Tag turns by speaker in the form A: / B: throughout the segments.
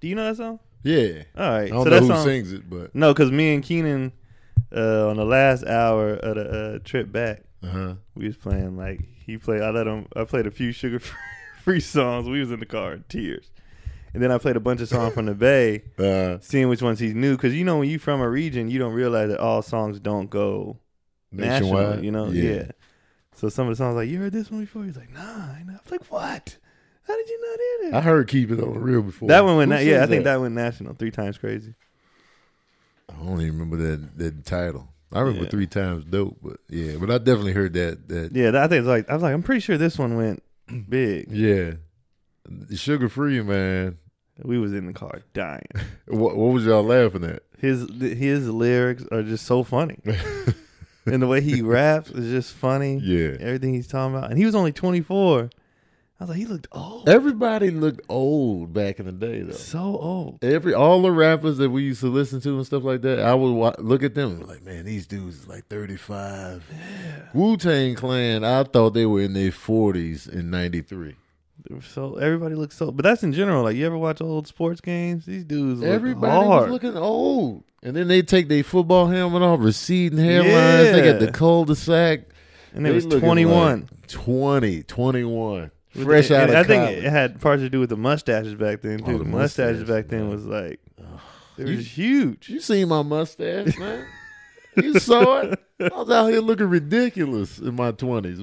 A: Do you know that song?
B: Yeah.
A: All
B: I
A: right.
B: don't
A: so
B: know
A: that
B: who
A: song,
B: sings it, but
A: No, because me and Keenan uh, on the last hour of the uh, trip back,
B: uh-huh.
A: we was playing like he played. I let him. I played a few sugar free songs. We was in the car in tears, and then I played a bunch of songs from the Bay,
B: Uh,
A: seeing which ones he knew. Because you know when you from a region, you don't realize that all songs don't go national.
B: nationwide.
A: You know, yeah. So some of the songs like you heard this one before. He's like, Nah, I know. I'm like, what? How did you not hear
B: I
A: that?
B: heard Keep It On The Real before.
A: That one went.
B: Who
A: Na- yeah, I
B: sings
A: think that went national three times. Crazy.
B: I don't even remember that that title. I remember
A: Yeah.
B: three times dope, but yeah, but I definitely heard that that
A: Yeah, that- I think it's like I was like, I'm pretty sure this one went big.
B: yeah. Sugar free man.
A: We was in the car dying.
B: What what was y'all laughing at?
A: His his lyrics are just so funny, and the way he raps is just funny.
B: Yeah.
A: everything he's talking about, and he was only 24. I was like, he looked old,
B: Everybody looked old back in the day though.
A: so old.
B: Every all the rappers that we used to listen to and stuff like that, I would wa look at them and be like, man, these dudes is like thirty five. Wu Tang Clan, I thought they were in their forties in ninety three.
A: They were So everybody looks so, but that's in general. Like you ever watch old sports games? These dudes, look
B: Everybody
A: hard.
B: was looking old. And then they take their football helmet off, receding hairlines. They got
A: Yeah.
B: the cul-de-sac.
A: and it was 21.
B: 20, 21.
A: With
B: Fresh
A: the-
B: out
A: and
B: of
A: I
B: college.
A: think it had parts to do with the mustaches back then too.
B: Oh, the
A: the mustaches
B: mustache,
A: back then
B: man.
A: was like they were
B: You-
A: just huge.
B: you seen my mustache, man. you saw it. I was out here looking ridiculous in my 20s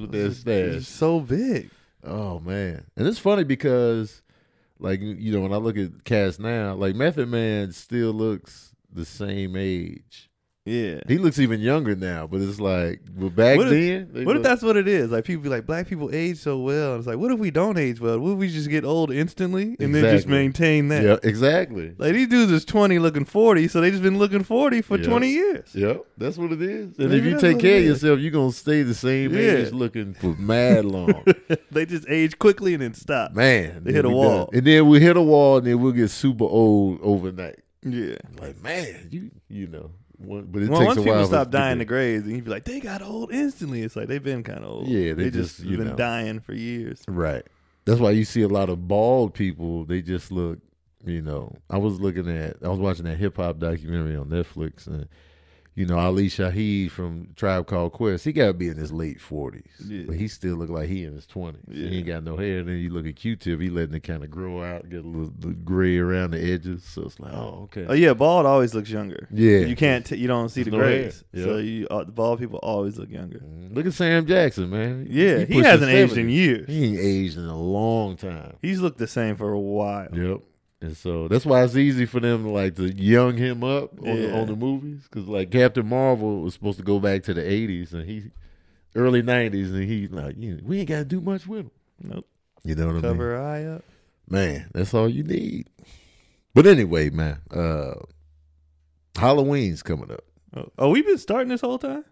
B: with that
A: They're
B: stash.
A: just so big.
B: Oh, man. And it's funny because, like, you know, when I look at Cass now, like, Method Man still looks the same age.
A: Yeah.
B: He looks even younger now, but it's like, well, back
A: What if-
B: then. they
A: What if
B: looked-
A: that's what it is? Like people be like, black people age so well. It's like, what if we don't age well? What if we just get old instantly and then just
B: Exactly.
A: maintain that?
B: Yeah, exactly.
A: Like these dudes is twenty looking forty, so they just been looking forty for
B: Yeah.
A: twenty years.
B: Yep, that's what it is. And
A: Maybe
B: if you
A: that's
B: take
A: what it
B: care of
A: is.
B: yourself, you're gonna stay the same age
A: Yeah.
B: looking for mad long.
A: They just age quickly and then stop.
B: Man,
A: They
B: then
A: hit a
B: we
A: wall.
B: done. And then we hit a wall and then we'll get super old overnight.
A: Yeah.
B: Like, man, you you know. One, but it
A: Well,
B: takes
A: once
B: a
A: people
B: while. for us
A: stop
B: to get
A: dying to
B: there.
A: graves, and you'd be like, they got old instantly. It's like they've been kind of old.
B: Yeah, they
A: just,
B: just, you
A: been
B: know.
A: dying for years.
B: Right. That's why you see a lot of bald people, they just look, you know. I was looking at I was watching that hip hop documentary on Netflix and you know, Ali Shaheed from Tribe Called Quest, he gotta be in his late forties.
A: Yeah.
B: But he still look like he in his twenties.
A: Yeah.
B: He ain't got no hair. And then you look at Q tip, he letting it kinda grow out, get a little, little gray around the edges. So it's like, oh, okay.
A: Oh yeah, bald always looks younger.
B: Yeah.
A: you can't. T- you don't see
B: There's
A: the
B: no hair.
A: grays, so
B: Yeah.
A: you uh, the bald people always look younger.
B: Mm, Look at Sam Jackson, man.
A: Yeah, he,
B: pushed
A: hasn't
B: his
A: aged
B: 70s.
A: in years.
B: He ain't aged in a long time.
A: He's looked the same for a while.
B: Yep. And so that's why it's easy for them to like to young him up on, the,
A: Yeah.
B: on the movies because like Captain Marvel was supposed to go back to the '80s and he early '90s and he like you know, we ain't got to do much with him.
A: Nope.
B: You know what
A: Cover her eye up.
B: I mean? Man, that's all you need. But anyway, man, uh Halloween's coming up.
A: Oh, oh, we've been starting this whole time.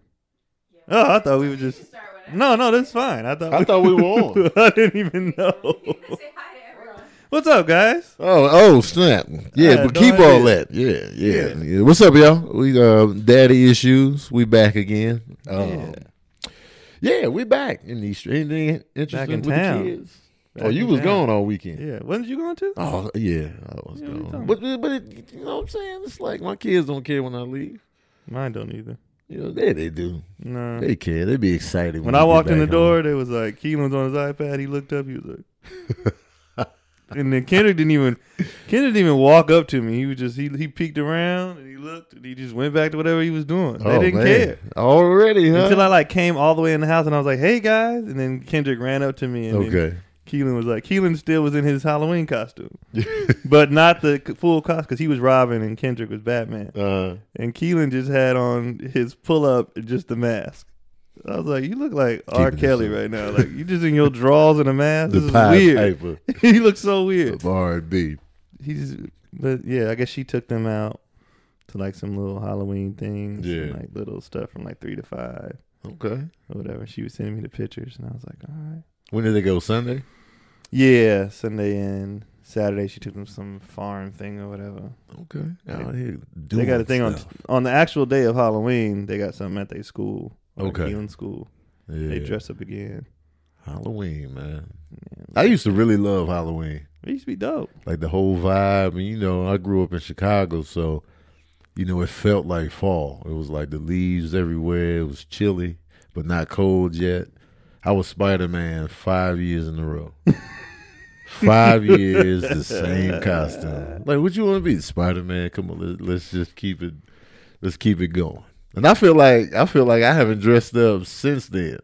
A: Oh, I thought we were just. No, no, that's fine. I thought.
B: I thought we were on.
A: I didn't even know.
C: Say hi to everyone.
A: What's up, guys?
B: Oh, oh, snap!
A: I
B: Yeah,
A: had
B: but
A: no
B: keep
A: idea.
B: all that. Yeah, yeah, yeah. What's up, y'all? We uh, daddy issues. We back again. Um, yeah, we back in these. Anything interesting
A: Back in
B: with
A: town.
B: the kids?
A: Back
B: oh, you
A: in
B: was
A: town.
B: gone all weekend.
A: Yeah, wasn't you going to?
B: Oh, yeah, I was
A: Yeah, what you
B: gone.
A: talking
B: But but it, you know what I'm saying? It's like my kids don't care when I leave.
A: Mine don't either.
B: You know, they they do.
A: No.
B: They care. They be excited when,
A: When
B: we
A: I
B: get
A: walked in the
B: back home.
A: door, they was like, Keelan's on his iPad. He looked up. He was like, and then Kendrick didn't even Kendrick didn't even walk up to me. He was just he he peeked around and he looked and he just went back to whatever he was doing.
B: Oh,
A: they didn't
B: man.
A: care
B: already, huh?
A: until I like came all the way in the house and I was like, "Hey guys!" And then Kendrick ran up to me and okay.
B: okay.
A: Keelan was like, Keelan still was in his Halloween costume, but not the c- full costume because he was Robin and Kendrick was Batman,
B: Uh,
A: and Keelan just had on his pull up just the mask. I was like, you look like R.
B: Keeping it
A: Kelly
B: simple.
A: right now. Like you just in your drawers and a mask.
B: the
A: This is
B: pie
A: weird.
B: paper
A: he looks so weird.
B: of R&B.
A: He just, but yeah, I guess she took them out to like some little Halloween things, and
B: Yeah.
A: like little stuff from like three to five
B: Okay.
A: or whatever. She was sending me the pictures, and I was like, all right.
B: When did they go? Sunday.
A: Yeah, Sunday and Saturday she took them to some farm thing or whatever.
B: Okay. Out here
A: they got a
B: doing
A: thing
B: stuff.
A: on on the actual day of Halloween. They got something at their school. like
B: Okay.
A: Keelan school.
B: Yeah.
A: They dress up again.
B: Halloween, man.
A: Yeah.
B: I used to really love Halloween.
A: It used to be dope.
B: like the whole vibe. And you know, I grew up in Chicago, so you know it felt like fall. It was like the leaves everywhere. It was chilly, but not cold yet. I was Spider Man five years in a row. five years, the same costume. Like, what you want to be, Spider Man? Come on, let, let's just keep it. Let's keep it going. And I feel like I feel like I haven't dressed up since then.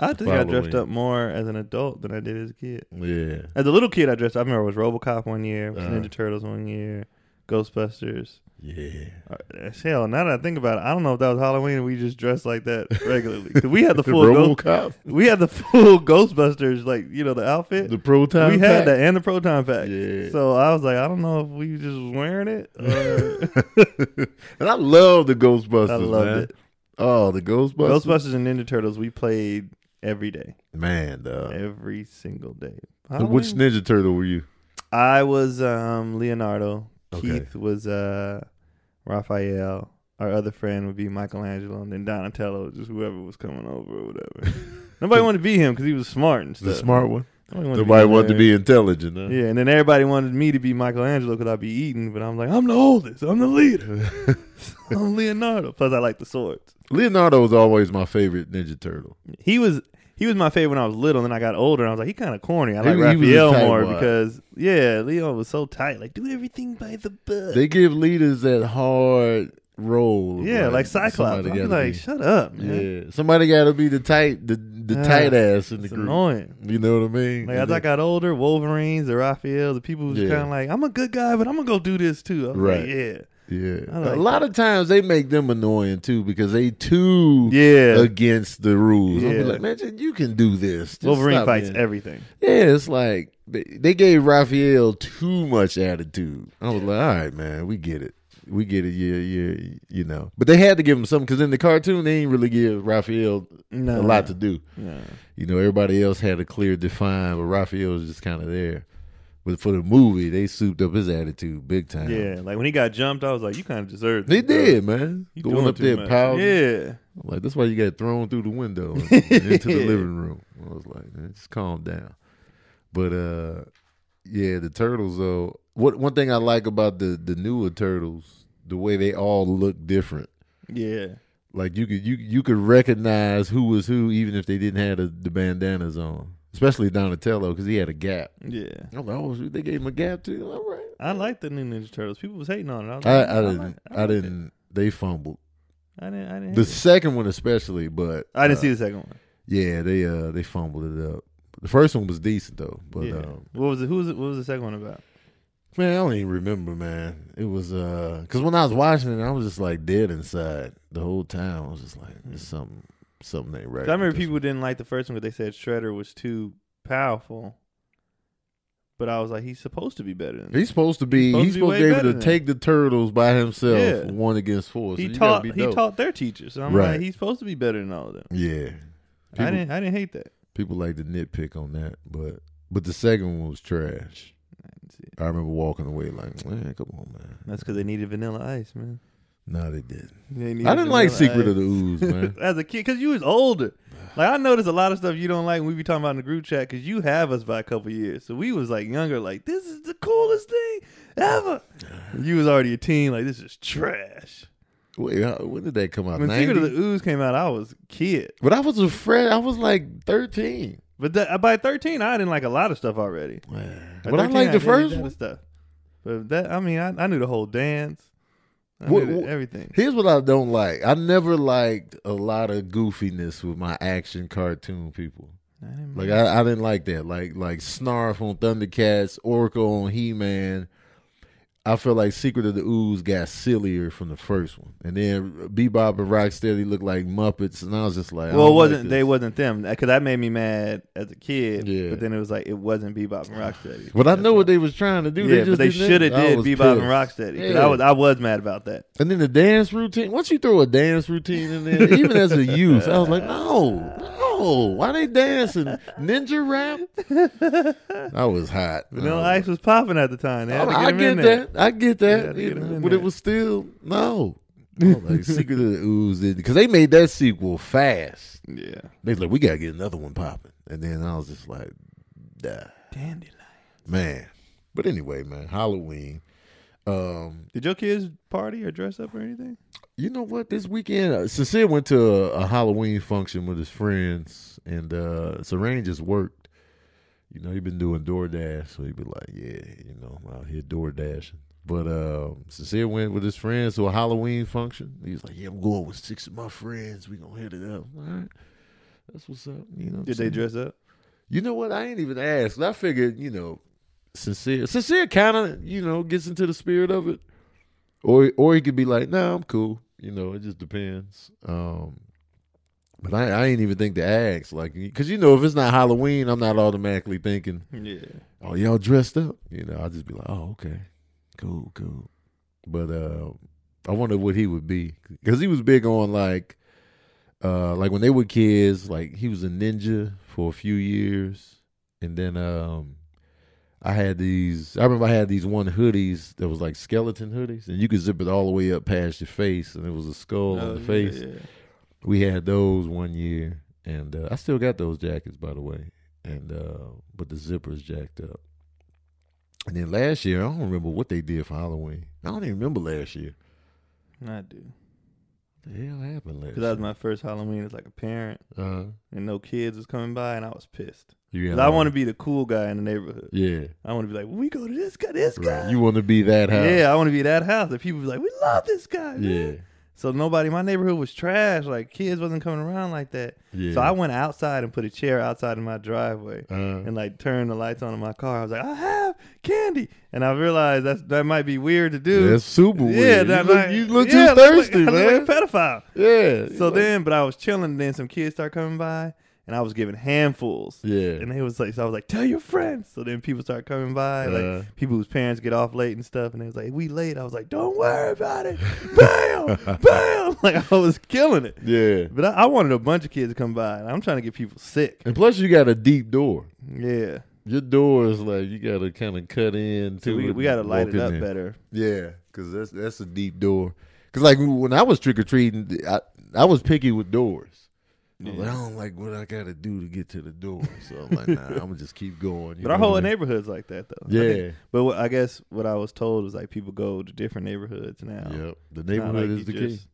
A: I think I dressed
B: Probably.
A: up more as an adult than I did as a kid.
B: Yeah,
A: As a little kid, I dressed. I remember it was RoboCop one year, it was
B: Uh-huh.
A: Ninja Turtles one year, Ghostbusters.
B: yeah.
A: Uh, Hell, now that I think about it, I don't know if that was Halloween. and We just dressed like that regularly. 'Cause we had the full Ghost,
B: RoboCop,
A: we had the full Ghostbusters, like you know, the outfit.
B: the proton.
A: we had
B: pack.
A: that and the proton pack.
B: Yeah.
A: So I was like, I don't know if we just was wearing it. Or...
B: and I love the Ghostbusters.
A: I loved
B: man.
A: it.
B: Oh, the Ghostbusters.
A: Ghostbusters and Ninja Turtles, we played every day,
B: Man, dog.
A: every single day.
B: Which
A: Halloween-
B: Ninja Turtle were you?
A: I was um, Leonardo.
B: Okay.
A: Keith was uh, Raphael. Our other friend would be Michelangelo, and then Donatello, just whoever was coming over or whatever. Nobody wanted to be him because he was smart and stuff.
B: The smart one.
A: Nobody wanted,
B: Nobody
A: a
B: wanted to
A: nerd.
B: be intelligent. Huh?
A: Yeah, and then everybody wanted me to be Michelangelo because I'd be eating, but I'm like, I'm the oldest, I'm the leader, I'm Leonardo. Plus, I like the swords.
B: Leonardo was always my favorite Ninja Turtle.
A: He was he was my favorite when I was little, and then I got older, and I was like, he kind of corny. I
B: He-
A: like
B: he was a
A: Raphael
B: tight
A: more
B: wad.
A: because yeah, Leo was so tight, like do everything by the book.
B: They give leaders that hard role. of,
A: yeah, like Cyclops.
B: somebody
A: I'd be
B: gotta
A: like,
B: be-
A: shut up, man.
B: yeah, somebody got to be the tight, the, the
A: Ah,
B: tight ass in the
A: It's
B: group.
A: annoying.
B: You know what I mean?
A: Like
B: And
A: as I
B: then-
A: got older, Wolverines, the Raphael, the people who's
B: Yeah.
A: kind of like, I'm a good guy, but I'm gonna go do this too. I was
B: Right.
A: Like, yeah. I
B: yeah,
A: like
B: a lot of times they make them annoying too because they too
A: Yeah.
B: against the rules. I'll be
A: Yeah.
B: like, man, just- you can do this. Just
A: Wolverine
B: stop,
A: fights e-
B: man."
A: everything.
B: Yeah, it's like they, they gave Raphael too much attitude. I was like, all right, man, we get it. We get it. Yeah, yeah, you know. But they had to give him something because in the cartoon, they didn't really give Raphael
A: No.
B: a lot to do.
A: no.
B: You know, everybody else had a clear define, but Raphael was just kind of there. But for the movie, they souped up his attitude big time.
A: Yeah, like when he got jumped, I was like, "You kind of deserved."
B: They
A: this, bro.
B: did, man.
A: You
B: Going
A: doing
B: up
A: too
B: there,
A: much."
B: power.
A: Yeah,
B: Like that's why you got thrown through the window and into the
A: Yeah.
B: living room. I was like, man, just calm down. But uh, yeah, the turtles though. What one thing I like about the the newer turtles, the way they all look different.
A: yeah,
B: Like you could you you could recognize who was who even if they didn't have the, the bandanas on. Especially Donatello because he had a gap.
A: yeah.
B: I was like, oh, shoot, they gave him a gap too. All right.
A: I like the new Ninja Turtles. People was hating on it. I, was
B: I,
A: like,
B: I
A: like- "Oh,
B: didn't. I,
A: like it.
B: didn't. They fumbled
A: I didn't. I didn't.
B: the
A: hate it.
B: second one especially, but
A: I didn't
B: uh,
A: see the second one.
B: Yeah, they uh they fumbled it up. The first one was decent though, but
A: yeah.
B: um,
A: what was it? Who was it? What was the second one about?
B: man, I don't even remember, man. It was uh because when I was watching it, I was just like dead inside the whole time. I was just like, there's something something ain't right.
A: 'Cause Mm. I remember
B: with this
A: people didn't like the first one because they said Shredder was too powerful. But I was like, he's supposed to be better than
B: one. He's supposed to be.
A: He's
B: He's supposed,
A: supposed to be
B: to
A: way
B: be able
A: better
B: to
A: than
B: take the turtles by himself,
A: Yeah.
B: one against four. So
A: he
B: you gotta
A: taught
B: be
A: he
B: dope.
A: taught their teachers. So I'm
B: Right.
A: like, he's supposed to be better than all of them.
B: Yeah,
A: I
B: people,
A: didn't I didn't hate that.
B: people like to nitpick on that, but but the second one was trash.
A: I didn't see it.
B: I remember walking away like, man, come on, man.
A: That's because they needed Vanilla Ice, man.
B: No, they didn't.
A: They needed
B: I didn't like
A: Vanilla
B: Secret of
A: Ice.
B: the Ooze, man.
A: as a kid because you was older. Like I noticed a lot of stuff you don't like when we be talking about in the group chat because you have us by a couple years. So we was like younger, like this is the coolest thing ever. you was already a teen, like this is trash.
B: Wait, how- when did that come out?
A: When Secret of
B: 90?
A: the Ooze came out, I was a kid,
B: but I was afraid. I was like thirteen.
A: but that, by thirteen, I didn't like a lot of stuff already. At
B: But I
A: 13,
B: like the
A: did a lot
B: first
A: of
B: one.
A: stuff. But that I mean, I, I knew the whole dance, I
B: What-
A: knew the-
B: what-
A: everything.
B: Here's what I don't like. I never liked a lot of goofiness with my action cartoon people.
A: I didn't
B: Like
A: mind.
B: I, I didn't like that. Like like Snarf on Thundercats, Oracle on He Man. I feel like Secret of the Ooze got sillier from the first one, and then Bebop and Rocksteady looked like Muppets, and I was just like, I
A: well, it
B: don't like
A: wasn't
B: this.
A: they wasn't them because that made me mad as a kid.
B: Yeah.
A: But then it was like it wasn't Bebop and Rocksteady.
B: But I
A: That's
B: know
A: why.
B: what they was trying to do.
A: yeah,
B: just
A: but they
B: didn't-
A: should have
B: I
A: did
B: was
A: Bebop and
B: pissed.
A: Rocksteady. 'cause
B: Yeah.
A: I was I was mad about that.
B: And then the dance routine. Once you throw a dance routine in there, even as a youth, I was like, no, no, why they dancing ninja rap? I was hot.
A: Vanilla
B: I,
A: Ice was popping at the time. They had to
B: Uh-huh. Oh, I, I
A: get him in
B: get
A: there.
B: that. I get
A: Yeah,
B: that.
A: they
B: you
A: get 'em
B: know,
A: in
B: but it
A: there.
B: was still no. I was like Secret of the Ooze because they made that sequel fast.
A: Yeah.
B: They was like, we gotta get another one popping, and then I was just like, nah.
A: Dandelion.
B: man. But anyway, man, Halloween. Um,
A: Did your kids party or dress up or anything?
B: you know what? This weekend, uh, Sincere went to a, a Halloween function with his friends, and uh, Serene just worked. You know, he been doing DoorDash, so he be like, "Yeah, you know, I'm out here DoorDashing." But uh, Sincere went with his friends to a Halloween function. He was like, "Yeah, I'm going with six of my friends. We gonna hit it up." All right, that's what's up. You know, what I'm
A: Did they
B: saying?
A: dress up?
B: You know what? I ain't even asked. I figured, you know, sincere, sincere, kind of, you know, gets into the spirit of it, or or he could be like, "Nah, I'm cool." You know, it just depends. Um, but I, I ain't even think to ask, like, because you know, if it's not Halloween, I'm not automatically thinking,
A: Yeah.
B: "Oh, y'all dressed up." You know, I'll just be like, "Oh, okay, cool, cool." But uh, I wonder what he would be because he was big on like, uh, like when they were kids, like he was a ninja for a few years, and then um, I had these. I remember I had these one hoodies that was like skeleton hoodies, and you could zip it all the way up past your face, and it was a skull
A: Oh,
B: on the
A: yeah,
B: face.
A: yeah.
B: We had those one year, and uh, I still got those jackets, by the way. And uh, but the zippers jacked up. And then last year, I don't remember what they did for Halloween. I don't even remember last year.
A: I do.
B: What the hell happened last?
A: Because that was my first Halloween as like a parent
B: year? Uh,
A: and no kids was coming by and I was pissed.
B: you
A: 'Cause
B: got
A: I
B: all-
A: want to be the cool guy in the neighborhood.
B: Yeah,
A: I want to be like, we go to this guy, this
B: right.
A: guy.
B: You want to be that house?
A: yeah, I want to be that house. And people be like, we love this guy.
B: yeah,
A: Man. So nobody, my neighborhood was trash. Like kids wasn't coming around like that.
B: yeah.
A: So I went outside and put a chair outside in my driveway
B: Uh,
A: and like turned the lights on in my car. I was like, I have candy. And I realized that's, that might be weird to do.
B: that's super weird.
A: Yeah,
B: you
A: that
B: look,
A: might-
B: you look
A: yeah, I
B: too
A: look like-
B: thirsty,
A: I look
B: man.
A: Like a pedophile.
B: yeah.
A: So
B: you look-
A: then, but I was chilling. Then some kids start coming by, and I was giving handfuls.
B: yeah,
A: And they was like, so I was like, tell your friends. So then people start coming by, like
B: Uh.
A: people whose parents get off late and stuff. And they was like, we late. I was like, don't worry about it. Bam, bam. Like I was killing it.
B: yeah.
A: But I, I wanted a bunch of kids to come by. And I'm trying to get people sick.
B: And plus, you got a deep door.
A: Yeah.
B: Your door is like you gotta kind of cut in to
A: So we,
B: it
A: we got to
B: and
A: light
B: walk
A: it
B: in
A: up
B: there.
A: better.
B: Yeah, because that's that's a deep door. Because like when I was trick or treating, I I was picky with doors. I, was
A: Yeah.
B: like, I don't like what I gotta do to get to the door, so I'm like, nah, I'm gonna just keep going. you
A: But our
B: know
A: whole
B: what I mean?
A: neighborhood's like that, though. I think-
B: yeah,
A: but what, I guess what I was told was like people go to different neighborhoods now.
B: yep. The
A: It's not
B: neighborhood
A: like
B: is the
A: you
B: key.
A: just-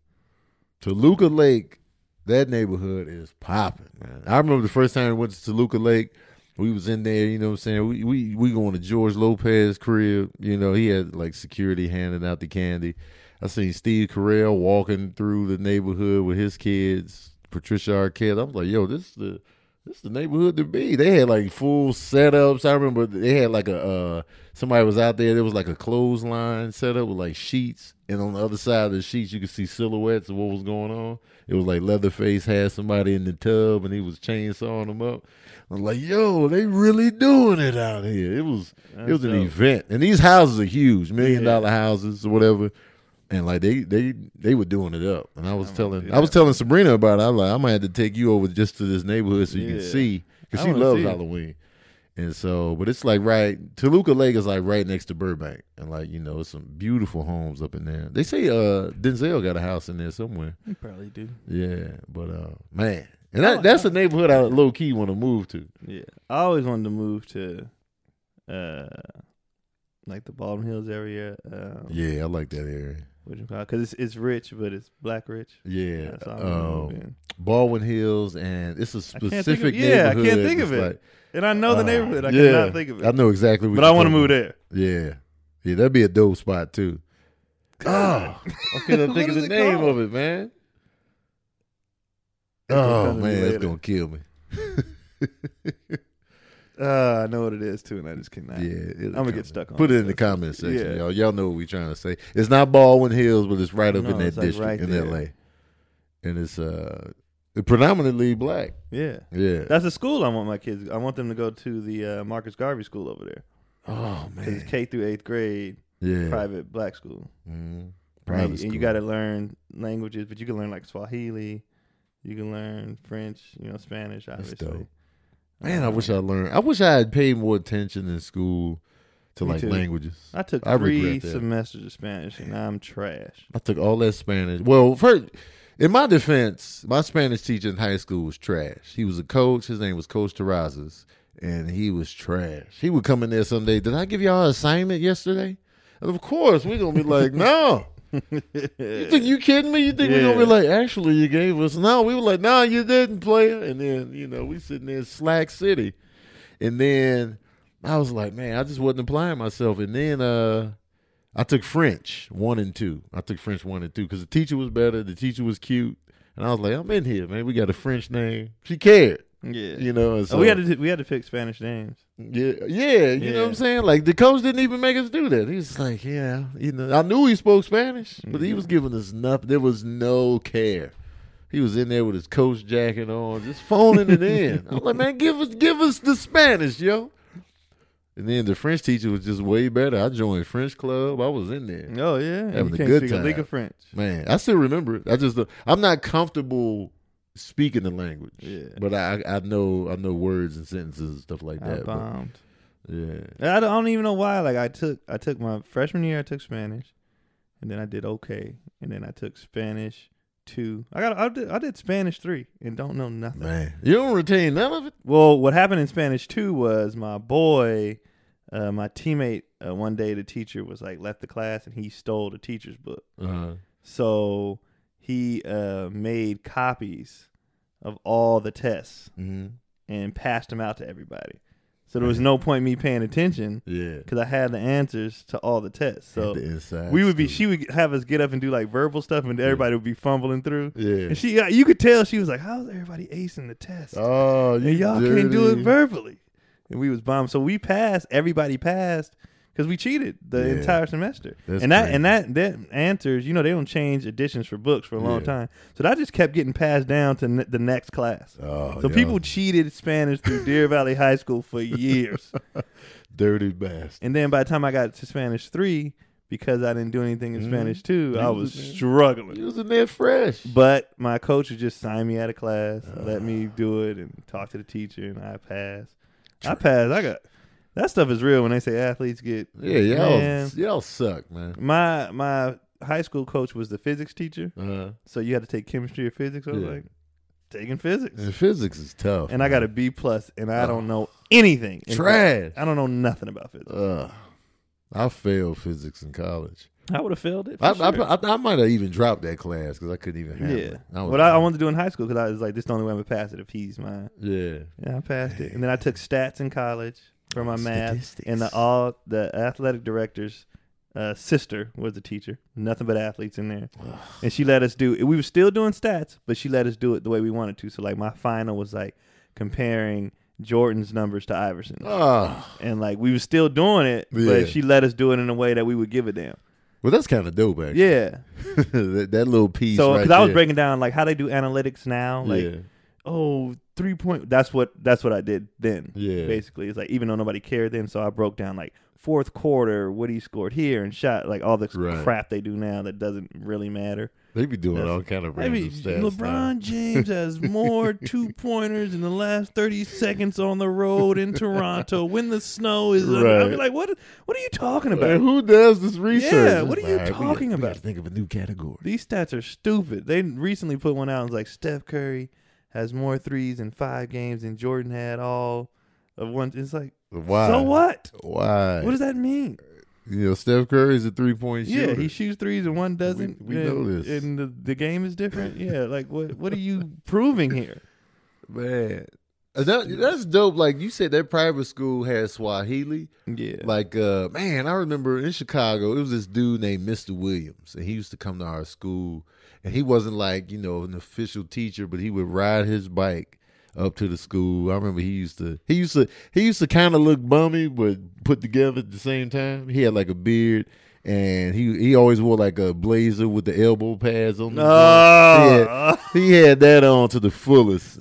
B: Toluca Lake, that neighborhood is popping, man. I remember the first time I went to Toluca Lake, we was in there, you know what I'm saying? We we we going to George Lopez crib, you know, he had like security handing out the candy. I seen Steve Carell walking through the neighborhood with his kids, Patricia Arquette. I was like, yo, this the this the neighborhood to be. They had like full setups. I remember they had like a uh somebody was out there. There was like a clothesline set up with like sheets, and on the other side of the sheets, you could see silhouettes of what was going on. It was like Leatherface had somebody in the tub, and he was chainsawing them up. I'm like, yo, they really doing it out here. It was it
A: That's
B: was an
A: dope.
B: event, and these houses are huge, million
A: Yeah.
B: dollar houses or whatever. And like they they they were doing it up, and I was
A: I'm gonna
B: telling
A: do
B: I was
A: that.
B: telling Sabrina about it. I was like I might have to take you over just to this neighborhood so you can
A: Yeah.
B: see because
A: I
B: she
A: wanna
B: loves
A: see it.
B: Halloween. And so, but it's like right Toluca Lake is like right next to Burbank, and like you know, it's some beautiful homes up in there. They say uh Denzel got a house in there somewhere.
A: You probably do.
B: Yeah, but uh man, and that, that's a neighborhood I low key want to move to.
A: Yeah, I always wanted to move to, uh, like the Baldwin Hills area. Um,
B: Yeah, I like that area.
A: what you call because it's it's rich, but it's black rich.
B: Yeah,
A: so
B: um, Baldwin Hills, and it's a
A: can't think of-
B: specific
A: yeah, I can't
B: neighborhood.
A: think of
B: that's
A: it.
B: like-
A: and I know the
B: uh,
A: neighborhood. I
B: yeah,
A: cannot think of
B: I
A: it,
B: know exactly. What
A: but
B: you're
A: I want to
B: talking
A: move
B: about.
A: there.
B: Yeah, yeah, that'd be a dope spot too. Oh, I couldn't
A: What
B: think of
A: is
B: the
A: it
B: name
A: called?
B: of it, man.
A: It's gonna
B: Oh
A: come to me
B: man, it's
A: later.
B: gonna kill me.
A: Uh, I know what it is too, and I just cannot.
B: Yeah,
A: I'm
B: it'll
A: Oh, gonna
B: come.
A: get stuck on.
B: Put it
A: it
B: in the comment section,
A: Yeah.
B: y'all. Y'all know what we trying to say. It's not Baldwin Hills, but it's right up in
A: No,
B: that
A: it's, like,
B: district
A: right
B: in
A: there.
B: L.A. And it's uh predominantly black.
A: Yeah,
B: Yeah.
A: that's the school I want my kids. I want them to go to the uh, Marcus Garvey School over there
B: oh
A: 'Cause
B: man.
A: it's K through eighth grade,
B: Yeah.
A: private black school.
B: Mhm.
A: And-
B: Private
A: and,
B: school.
A: you got to learn languages, but you can learn like Swahili, you can learn French, you know, Spanish. Obviously,
B: dope. Man, I wish I learned. I wish I had paid more attention in school to
A: Me
B: like
A: too.
B: languages.
A: I took
B: I regret
A: three
B: that.
A: semesters of Spanish, and I'm trash.
B: I took all that Spanish. Well, first, in my defense, my Spanish teacher in high school was trash. He was a coach. His name was Coach Terrazas, and he was trash. He would come in there someday. Did I give y'all an assignment yesterday? And of course, we're gonna be like, no. You think you kidding me? You think we're gonna be
A: Yeah.
B: like, actually, you gave us no? We were like, no, you didn't, player. And then you know, we sitting there in Slack City, and then I was like, man, I just wasn't applying myself. And then uh, I took French one and two. I took French one and two because the teacher was better. The teacher was cute, and I was like, I'm in here, man. We got a French name. She cared,
A: yeah.
B: you know. And
A: Oh,
B: so,
A: we had to we had to pick Spanish names.
B: yeah, yeah, you know what I'm
A: Yeah.
B: saying? Like the coach didn't even make us do that. He was just like, yeah, you know, I knew he spoke Spanish, but
A: Mm-hmm.
B: he was giving us nothing. There was no care. He was in there with his coach jacket on, just phoning it in. I'm like, man, give us, give us the Spanish, yo. And then the French teacher was just way better. I joined French club. I was in there.
A: Oh yeah,
B: Having
A: you
B: a
A: can't
B: good
A: speak a lick
B: time.
A: of French.
B: Man, I still remember it. I just uh, I'm not comfortable speaking the language.
A: Yeah.
B: But I I know I know words and sentences and stuff like
A: I
B: that. but-
A: bombed.
B: yeah.
A: I don't, I don't even know why. Like I took I took my freshman year, I took Spanish, and then I did okay, and then I took Spanish two. I got I did, I did Spanish three, and don't know nothing.
B: Man, you don't retain none of it.
A: Well, what happened in Spanish two was my boy, uh, my teammate. Uh, one day the teacher was like left the class, and he stole the teacher's book.
B: Uh-huh.
A: So he uh, made copies of all the tests
B: Mm-hmm.
A: and passed them out to everybody. So there was no point me paying attention
B: Yeah.
A: because I had the answers to all the tests. So
B: the inside
A: we would be,
B: scoop.
A: she would have us get up and do like verbal stuff, and everybody would be fumbling through.
B: Yeah.
A: And she, you could tell she was like, "How's everybody acing the test?
B: oh, you
A: and y'all can't do it
B: dirty.
A: verbally." And we was bombed. So we passed. Everybody passed because we cheated the
B: Yeah.
A: entire semester.
B: That's
A: and that
B: crazy.
A: and that that answers. You know, they don't change additions for books for a long
B: Yeah.
A: time. So that just kept getting passed down to n- the next class.
B: Oh,
A: So
B: y'all
A: people cheated Spanish through Deer Valley High School for years.
B: dirty bastard.
A: and then by the time I got to Spanish 3, because I didn't do anything in
B: Mhm.
A: Spanish 2, I
B: You
A: was
B: was-
A: struggling.
B: You was in there fresh.
A: But my coach would just sign me out of class, let me
B: Ah.
A: do it, and talk to the teacher, and I passed. I passed. I got that stuff is real when they say athletes get.
B: yeah, y'all,
A: Man.
B: y'all suck, man.
A: My my high school coach was the physics teacher,
B: Uh,
A: so you had to take chemistry or physics. I was
B: Yeah.
A: like, taking physics,
B: and physics is tough.
A: and I
B: man.
A: got a B plus, and I
B: Oh.
A: don't know anything. in physics.
B: trash.
A: I don't know nothing about physics.
B: Uh, I failed physics in college.
A: I would have failed it.
B: I, I, I, I might have even dropped that class because I couldn't even handle
A: yeah.
B: it. was-
A: What I, I wanted to do in high school because I was like, this is the only way I'm gonna pass it if he's mine.
B: yeah.
A: And I passed it, and then I took stats in college for my math.
B: Statistics.
A: And the all the athletic director's uh, sister was the teacher. Nothing but athletes in there, and she let us do. We were still doing stats, but she let us do it the way we wanted to. So like my final was like comparing Jordan's numbers to Iverson's,
B: Ah,
A: and like we were still doing it,
B: Yeah.
A: but she let us do it in a way that we would give a damn.
B: well, that's kind of dope, actually.
A: Yeah.
B: that, that little piece.
A: So,
B: right
A: because I was
B: there.
A: breaking down like how they do analytics now, like
B: yeah.
A: oh three point. That's what that's what I did then.
B: Yeah.
A: Basically, it's like even though nobody cared then, so I broke down like fourth quarter what he scored here and shot like all the
B: Right.
A: crap they do now that doesn't really matter.
B: They be doing
A: That's-
B: all kind of random
A: Maybe
B: stats.
A: LeBron James has more two pointers in the last thirty seconds on the road in Toronto when the snow is. under- I'd be
B: Right.
A: like, what? What are you talking
B: now. Like,
A: about?
B: who does this research?
A: Yeah, what are you
B: Like, we gotta-
A: talking
B: we
A: about?
B: gotta think of a new category.
A: These stats are stupid. They recently put one out and was like Steph Curry has more threes in five games than Jordan had all of one. It's like
B: Why?
A: so what?
B: Why?
A: What does that mean?
B: you know, Steph Curry's a three point
A: Yeah,
B: shooter.
A: he shoots threes and one doesn't.
B: we
A: and,
B: know this.
A: And the, the game is different. Yeah, like what what are you proving here?
B: man. Uh, that- that's dope. Like you said, that private school had Swahili.
A: Yeah.
B: Like, uh, man, I remember in Chicago, it was this dude named Mr. Williams, and he used to come to our school. And he wasn't like, you know, an official teacher, but he would ride his bike up to the school. I remember he used to, he used to, he used to kind of look bummy, but put together at the same time. He had like a beard, and he he always wore like a blazer with the elbow pads on. the front.
A: oh,
B: he, had, he had that on to the fullest.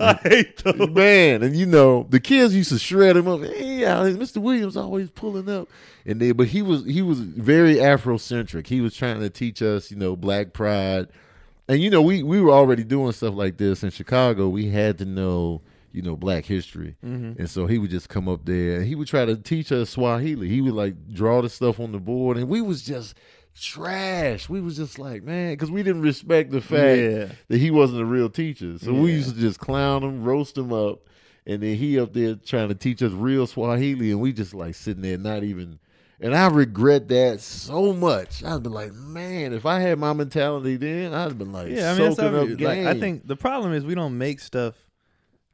A: I hate those.
B: Man, and you know the kids used to shred him up. Hey, uh, Mr. Williams always pulling up, and they but he was he was very Afrocentric. He was trying to teach us, you know, Black pride, and you know we we were already doing stuff like this in Chicago. We had to know, you know, Black history, and so he would just come up there and he would try to teach us Swahili. He would like draw the stuff on the board, and we was just trash. We was just like, man, because we didn't respect the fact
A: Yeah.
B: that he wasn't a real teacher. So we
A: Yeah.
B: used to just clown him, roast him up, And then he up there trying to teach us real Swahili, and we just like sitting there not even. And I regret that so much. I've been like, man, if I had my mentality then, I'd been like,
A: Yeah, I mean, that's
B: soaking
A: how
B: up
A: we- like,
B: game.
A: I think the problem is we don't make stuff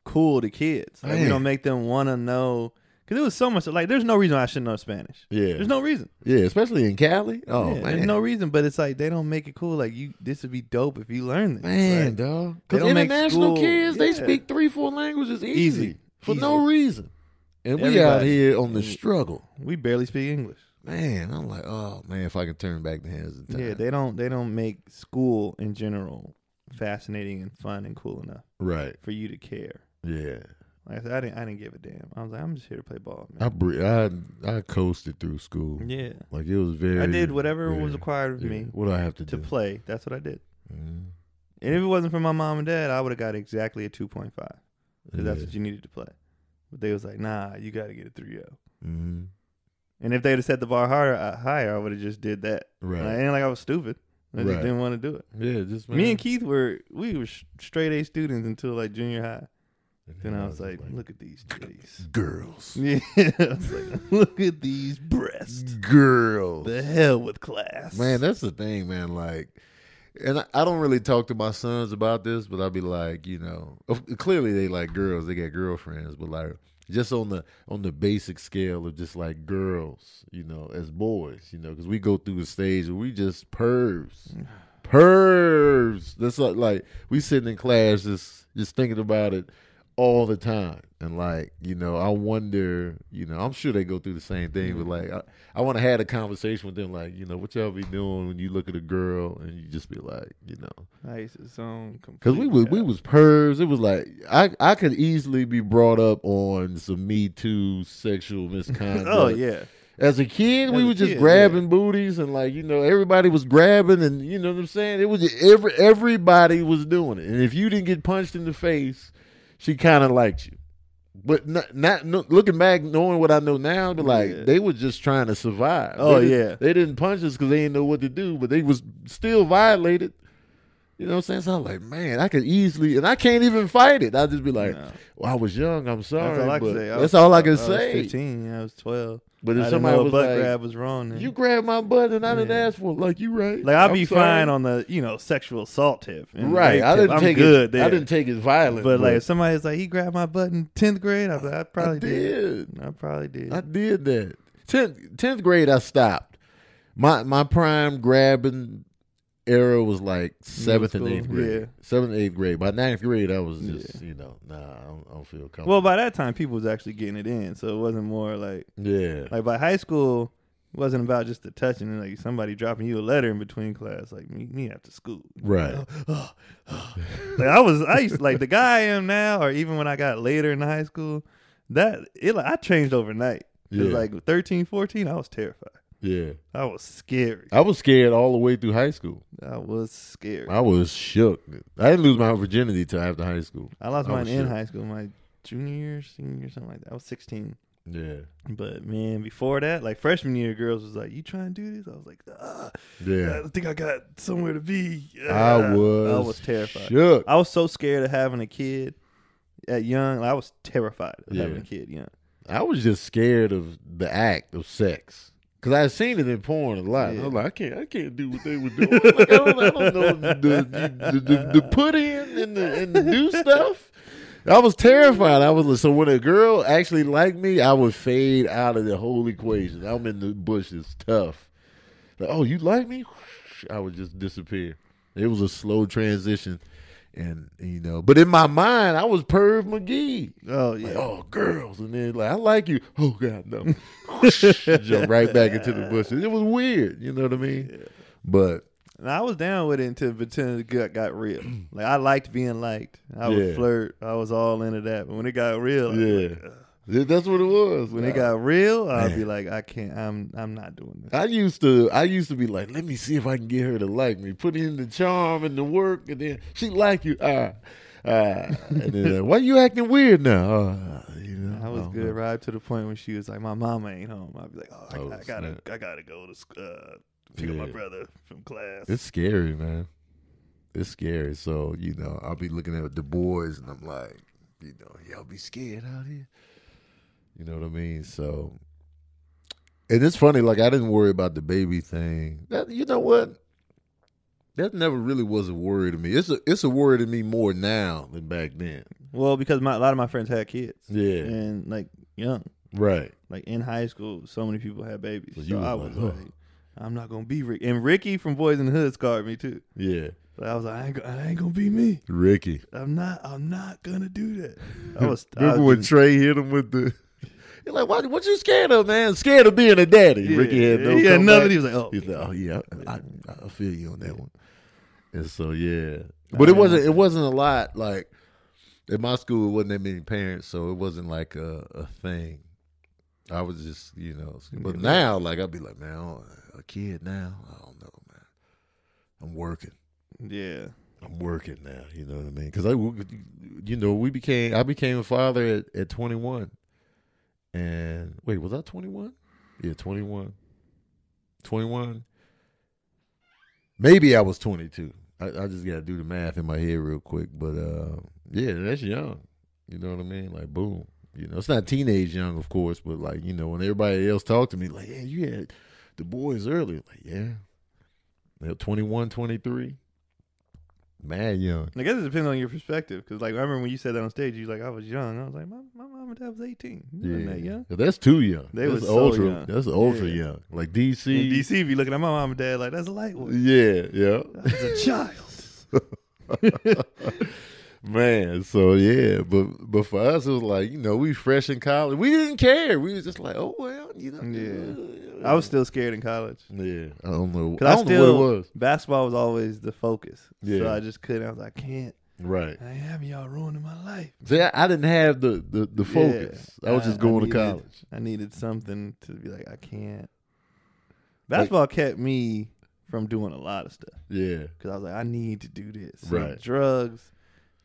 A: cool to kids. Like, we
B: Man.
A: don't make them want to know because it was so much. Like, there's no reason I should know Spanish.
B: Yeah.
A: there's no reason.
B: yeah, especially in Cali. Oh
A: Yeah,
B: man,
A: there's no reason. But it's like they don't make it cool. Like you, this would be dope if you learned this.
B: man,
A: Like,
B: dog.
A: they
B: Because
A: don't make
B: international
A: school-
B: kids, they
A: yeah.
B: speak three, four languages easy,
A: Easy.
B: for
A: Easy.
B: no reason. And we out
A: Everybody.
B: here on the struggle.
A: we barely speak English.
B: Man, I'm like, oh man, if I could turn back the hands of time.
A: Yeah, they don't. They don't make school in general fascinating and fun and cool enough
B: right.
A: for you to care.
B: Yeah.
A: Like I said, I didn't. I didn't give a damn. I was like, I'm just here to play ball, man.
B: I bre- I I coasted through school.
A: yeah,
B: Like it was very
A: I did whatever was
B: yeah,
A: required of
B: yeah.
A: me
B: What do I have to,
A: to
B: do?
A: play. That's what I did.
B: Mm.
A: And if it wasn't for my mom and dad, I would have got exactly a 2.5 because that's
B: Yeah.
A: what you needed to play. But they was like, nah, you got to get a 3.0.
B: Mhm.
A: And if they would have set the bar higher, uh, higher I would have just did that.
B: Right.
A: And I ain't like I was stupid. I just
B: Right.
A: didn't want to do it.
B: Yeah, just
A: Me and Keith were we were sh- straight A students until like junior high. Then I was like, look at these titties.
B: girls,
A: Yeah, I was like, look at these breasts.
B: girls.
A: The hell with class,
B: Man, that's the thing, man. Like, and I, I don't really talk to my sons about this, but I'll be like, you know, of- clearly they like girls, they got girlfriends, but like just on the on the basic scale of just like girls, you know, as boys, you know, because we go through a stage where we just pervs, pervs. That's like, like we sitting in class just just thinking about it all the time. And like, you know, I wonder, you know, I'm sure they go through the same thing, but like, I, I want to have a conversation with them, like, you know, what y'all be doing when you look at a girl and you just be like, you know,
A: I used to zone
B: because
A: completely
B: we was we
A: out.
B: was pervs. It was like I I could easily be brought up on some Me Too sexual misconduct.
A: oh yeah,
B: As a kid, we
A: As a
B: were just
A: kid,
B: grabbing booties and like you know everybody was grabbing and you know what I'm saying. It was every everybody was doing it, and if you didn't get punched in the face, she kind of liked you. But not, not no, looking back, knowing what I know now, but like
A: Yeah.
B: they were just trying to survive.
A: Oh,
B: They
A: yeah.
B: didn't, they didn't punch us because they didn't know what to do, but they was still violated. You know what I'm saying? So I'm like, man, I could easily, and I can't even fight it. I'll just be like,
A: No.
B: well, I was young. I'm sorry,
A: That's all I
B: but
A: can say. I
B: that's
A: was-
B: all I can
A: was
B: say.
A: Fifteen, yeah, I was twelve.
B: But
A: I
B: if
A: didn't
B: somebody
A: know a
B: was
A: butt
B: like,
A: grab was wrong. Then.
B: you grabbed my butt and I didn't
A: Yeah.
B: ask for it. Like you right.
A: like I'd
B: I'm
A: be
B: sorry.
A: fine on the you know sexual assault tip. and
B: Right.
A: rape
B: I
A: tip.
B: didn't
A: I'm
B: take
A: good
B: it.
A: there.
B: I didn't take it violent.
A: But, like if somebody's like he grabbed my butt in tenth grade, I was like, I probably
B: I
A: did.
B: did.
A: I probably did.
B: I did that. Tenth tenth grade I stopped. My my prime grabbing era was like seventh and
A: school,
B: eighth grade.
A: yeah.
B: Seventh and eighth grade. By ninth grade I was just, you know, nah, I don't, I don't feel comfortable.
A: well, by that time people was actually getting it in, so it wasn't more like
B: yeah.
A: like by high school. It wasn't about just the touching and like somebody dropping you a letter in between class, like me, me after school.
B: right.
A: Like I was, I used like the guy I am now, or even when I got later in high school, that it like I changed overnight. It was
B: Yeah.
A: like 13, 14, I was terrified.
B: Yeah.
A: I was scary.
B: I was scared all the way through high school.
A: I was scared.
B: I was shook. I didn't lose my virginity till after high school.
A: I lost
B: I
A: mine
B: was
A: in
B: shook.
A: high school, my junior year, senior year, something like that. I was sixteen.
B: Yeah.
A: But man, before that, like freshman year, girls was like, "You trying to do this?" I was like, "Ah,
B: Yeah.
A: I think I got somewhere to be."
B: I
A: Ah.
B: was.
A: I was terrified.
B: Shook.
A: I was so scared of having a kid at young. I was terrified of
B: Yeah.
A: having a kid young.
B: I was just scared of the act of sex because I had seen it in porn a lot. I
A: Yeah.
B: was like, I can't, I can't do what they were doing. Like, I, don't, I don't know the, the, the, the put in and the, and the do stuff. I was terrified. I was so when a girl actually liked me, I would fade out of the whole equation. I'm in the bushes, tough. Like, oh, you like me? I would just disappear. It was a slow transition, and you know. But in my mind, I was Perv McGee.
A: Oh
B: Like,
A: yeah,
B: oh, girls, and then like I like you. Oh God, no! Jump right back into the bushes. It was weird, you know what I mean? But
A: and I was down with it until until it got, got real. Like I liked being liked. I would
B: Yeah.
A: flirt. I was all into that. But when it got real, I was
B: yeah,
A: like, uh,
B: Th- that's what it was.
A: when it
B: I,
A: got real, I'd be
B: Man.
A: like, I can't. I'm I'm not doing this.
B: I used to, I used to be like, let me see if I can get her to like me. Put in the charm and the work, and then she like you. Ah, ah. And then uh, why you acting weird now? Uh, you know,
A: I was
B: don't
A: good
B: know.
A: right up to the point when she was like, "My mama ain't home." I'd be like, "Oh, I,
B: Oh,
A: I gotta,
B: snap.
A: I gotta go to sc- uh, pick up my
B: Yeah.
A: brother from class."
B: It's scary, man. It's scary. So you know, I'll be looking at the boys, and I'm like, you know, y'all be scared out here. You know what I mean? So, and it's funny. Like I didn't worry about the baby thing. That you know what? That never really was a worry to me. It's a it's a worry to me more now than back then.
A: Well, because my, a lot of my friends had kids.
B: Yeah.
A: And like young,
B: Right.
A: like in high school, so many people had babies.
B: So
A: So,
B: you was
A: I
B: like,
A: was
B: "Huh."
A: like, I'm not gonna be Ricky. And Ricky from Boys in the Hood scarred me too.
B: Yeah.
A: Like, I was like, I ain't, go- I ain't gonna be me.
B: Ricky.
A: I'm not. I'm not gonna do that. I was. I
B: Remember
A: was
B: when
A: just-
B: Trey hit him with the? You're like, what? What you scared of, man? Scared of being a daddy?
A: yeah,
B: Ricky had no.
A: He had
B: comeback.
A: nothing. He was like, oh,
B: He's like, oh yeah, I, I feel you on that one. And so yeah,
A: I
B: but it
A: mean,
B: wasn't it wasn't a lot. Like at my school, it wasn't that many parents, so it wasn't like a, a thing. I was just you know, but now like I'd be like, man, I don't- a kid now, I don't know, man. I'm working.
A: yeah.
B: I'm working now. You know what I mean? Because I, you know, we became I became a father at, at 21, and wait, was I 21? Yeah, 21, 21. Maybe I was 22. I, I just gotta do the math in my head real quick, but uh, yeah, that's young. You know what I mean? Like boom. You know, it's not teenage young, of course, but like you know, when everybody else talked to me, like, yeah, you had the boys early, like yeah, they're 21, 23. Mad young.
A: I guess it depends on your perspective. Because like, I remember when you said that on stage, you was like, I was young. I was like, my, my mom and dad was 18. You wasn't that young.
B: That's too young.
A: They
B: that's
A: was so
B: ultra.
A: young.
B: That's ultra
A: Yeah.
B: young. Like
A: In
B: DC.
A: DC, be looking at my mom and dad like, that's a light one.
B: Yeah, yeah.
A: That's a child.
B: Man, so yeah, but but for us it was like, you know, we fresh in college. We didn't care. We was just like, oh well, you know.
A: Yeah. I was still scared in college.
B: Yeah. I don't know. I
A: Cause I,
B: don't
A: still,
B: know what it was.
A: basketball was always the focus.
B: Yeah.
A: So I just couldn't. I was like, I can't.
B: Right.
A: I ain't having y'all ruining my life.
B: See, I, I didn't have the the, the focus. I was
A: I-
B: just
A: I
B: going to
A: needed-
B: college.
A: I needed something to be like, I can't. Basketball kept me from doing a lot of stuff
B: Yeah.
A: because I was like, I need to do this. So,
B: Right.
A: drugs,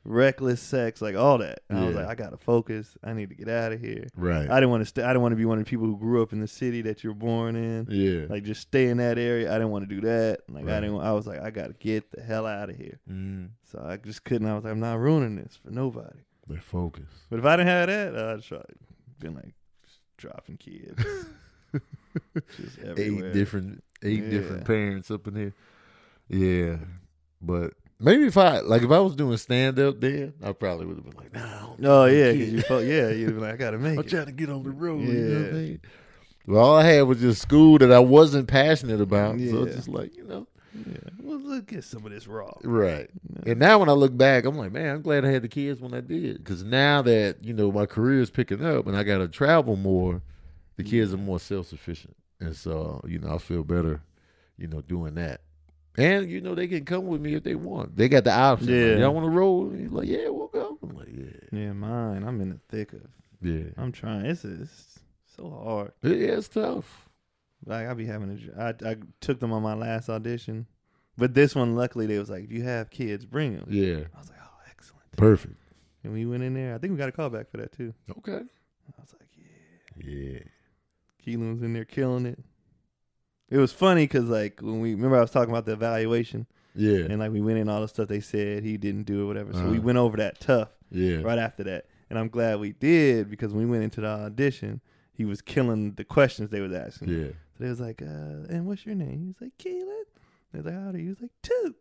A: reckless sex, like all that. And I was
B: Yeah.
A: like, I gotta focus. I need to get out of here.
B: Right.
A: I didn't want to. St- I didn't want to be one of the people who grew up in the city that you're born in.
B: yeah.
A: Like just stay in that area. I didn't want to do that. Like
B: Right.
A: I didn't. I was like, I gotta get the hell out of here.
B: mm,
A: So I just couldn't. I was like, I'm not ruining this for nobody.
B: their focus.
A: But if I didn't have that, I'd just try been like dropping kids. just everywhere.
B: eight different eight
A: Yeah.
B: different parents up in here. Yeah. But maybe if I like if I was doing stand up then, I probably would have been like, nah, I don't
A: Oh
B: need no
A: yeah,
B: kid.
A: 'cause you felt, yeah, you'd be like, I gotta make
B: I'm
A: it.
B: trying to get on the road. You know what I
A: Yeah.
B: mean? Well, all I had was just school that I wasn't passionate about. So it's
A: Yeah.
B: just like, you know.
A: Yeah. Well, look get some of this raw.
B: Right. And now when I look back, I'm like, man, I'm glad I had the kids when I did. Because now that, you know, my career is picking up and I got to travel more, the kids are more self sufficient. And so, you know, I feel better, you know, doing that. And, you know, they can come with me if they want. They got the option. Like,
A: Yeah.
B: Y'all want to roll? And you're like, yeah, we'll go. I'm like, yeah.
A: Yeah, mine. I'm in the thick of.
B: Yeah.
A: I'm trying. It's, it's so hard.
B: Yeah, it's tough.
A: Like I be having a. dr- I I took them on my last audition, but this one luckily they was like, if you have kids, bring them.
B: Yeah.
A: I was like, oh, excellent.
B: Perfect.
A: And we went in there. I think we got a call back for that too.
B: Okay.
A: I was like, yeah.
B: Yeah.
A: Keelan was in there killing it. It was funny because like when we remember I was talking about the evaluation
B: Yeah.
A: and like we went in all the stuff they said he didn't do or whatever. So we
B: Uh-huh.
A: went over that tough
B: yeah.
A: right after that, and I'm glad we did because when we went into the audition, he was killing the questions they was asking.
B: Yeah.
A: So they was like, uh, "And what's your name?" He was like, "Keelan." They was like, "How old are you?" He was like, two.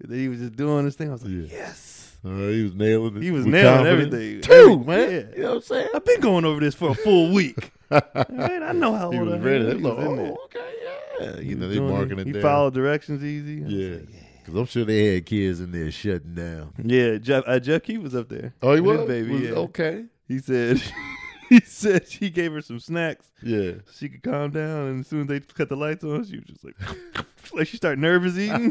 A: And then he was just doing this thing. I was like,
B: Yeah.
A: "Yes."
B: Uh, he was nailing it.
A: He was
B: with
A: nailing
B: confidence.
A: everything.
B: Two,
A: Every-
B: man.
A: yeah.
B: You know what I'm saying?
A: I've been going over this for a full week. Right? I know how old
B: he
A: I
B: was
A: am.
B: ready. They
A: He
B: like,
A: was in there.
B: oh, okay, yeah. You
A: He
B: know,
A: was
B: they
A: doing
B: marking
A: it.
B: it
A: He
B: down.
A: followed directions easy. I was
B: Yeah.
A: like,
B: Because I'm sure they had kids in there shutting down.
A: yeah, Jeff, uh, Jeff Key was up there.
B: Oh, he
A: With
B: was?
A: his baby,
B: Was-
A: yeah.
B: Okay.
A: He said, he said she gave her some snacks
B: Yeah.
A: so she could calm down. And as soon as they cut the lights on, she was just like, like she started nervous eating.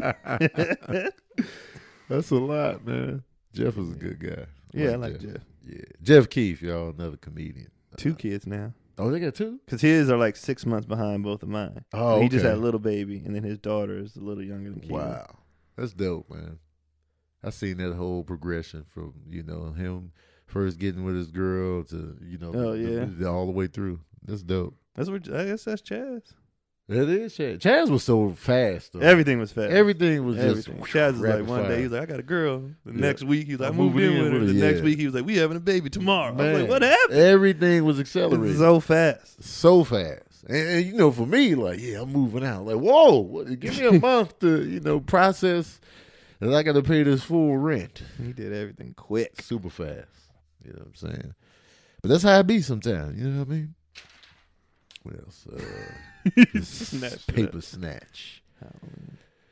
B: That's a lot, man. Jeff was a good guy.
A: yeah, I like Jeff.
B: Yeah. Jeff Keefe, y'all, another comedian.
A: Two kids now,
B: Oh, they got two?
A: because his are like six months behind both of mine.
B: Oh,
A: he just
B: okay.
A: had a little baby, and then his daughter is a little younger than Keelan.
B: Wow. That's dope, man. I seen that whole progression from, you know, him first getting with his girl to, you know,
A: Oh, yeah.
B: the- the- all the way through. That's dope.
A: That's where I guess that's Chaz.
B: That is Chaz. Chaz was so fast. Though.
A: Everything was fast.
B: Everything was
A: Everything.
B: just.
A: Chaz is like
B: rapid
A: one
B: fire.
A: day he's like, I got a girl. The
B: Yeah.
A: next week he's like, I
B: I'm
A: moved in with her. The next
B: yeah.
A: week he was like, we having a baby tomorrow. I was
B: Man,
A: like, what happened?
B: Everything was
A: It's
B: accelerated so,
A: so fast.
B: fast. And, and, you know, for me, like, yeah, I'm moving out. Like, whoa, what, give me a month to you know process, and I got to pay this full rent.
A: He did everything quick.
B: Super fast. You know what I'm saying? But that's how it be sometimes. You know what I mean? What else? Uh,
A: Snatch it
B: paper snatch.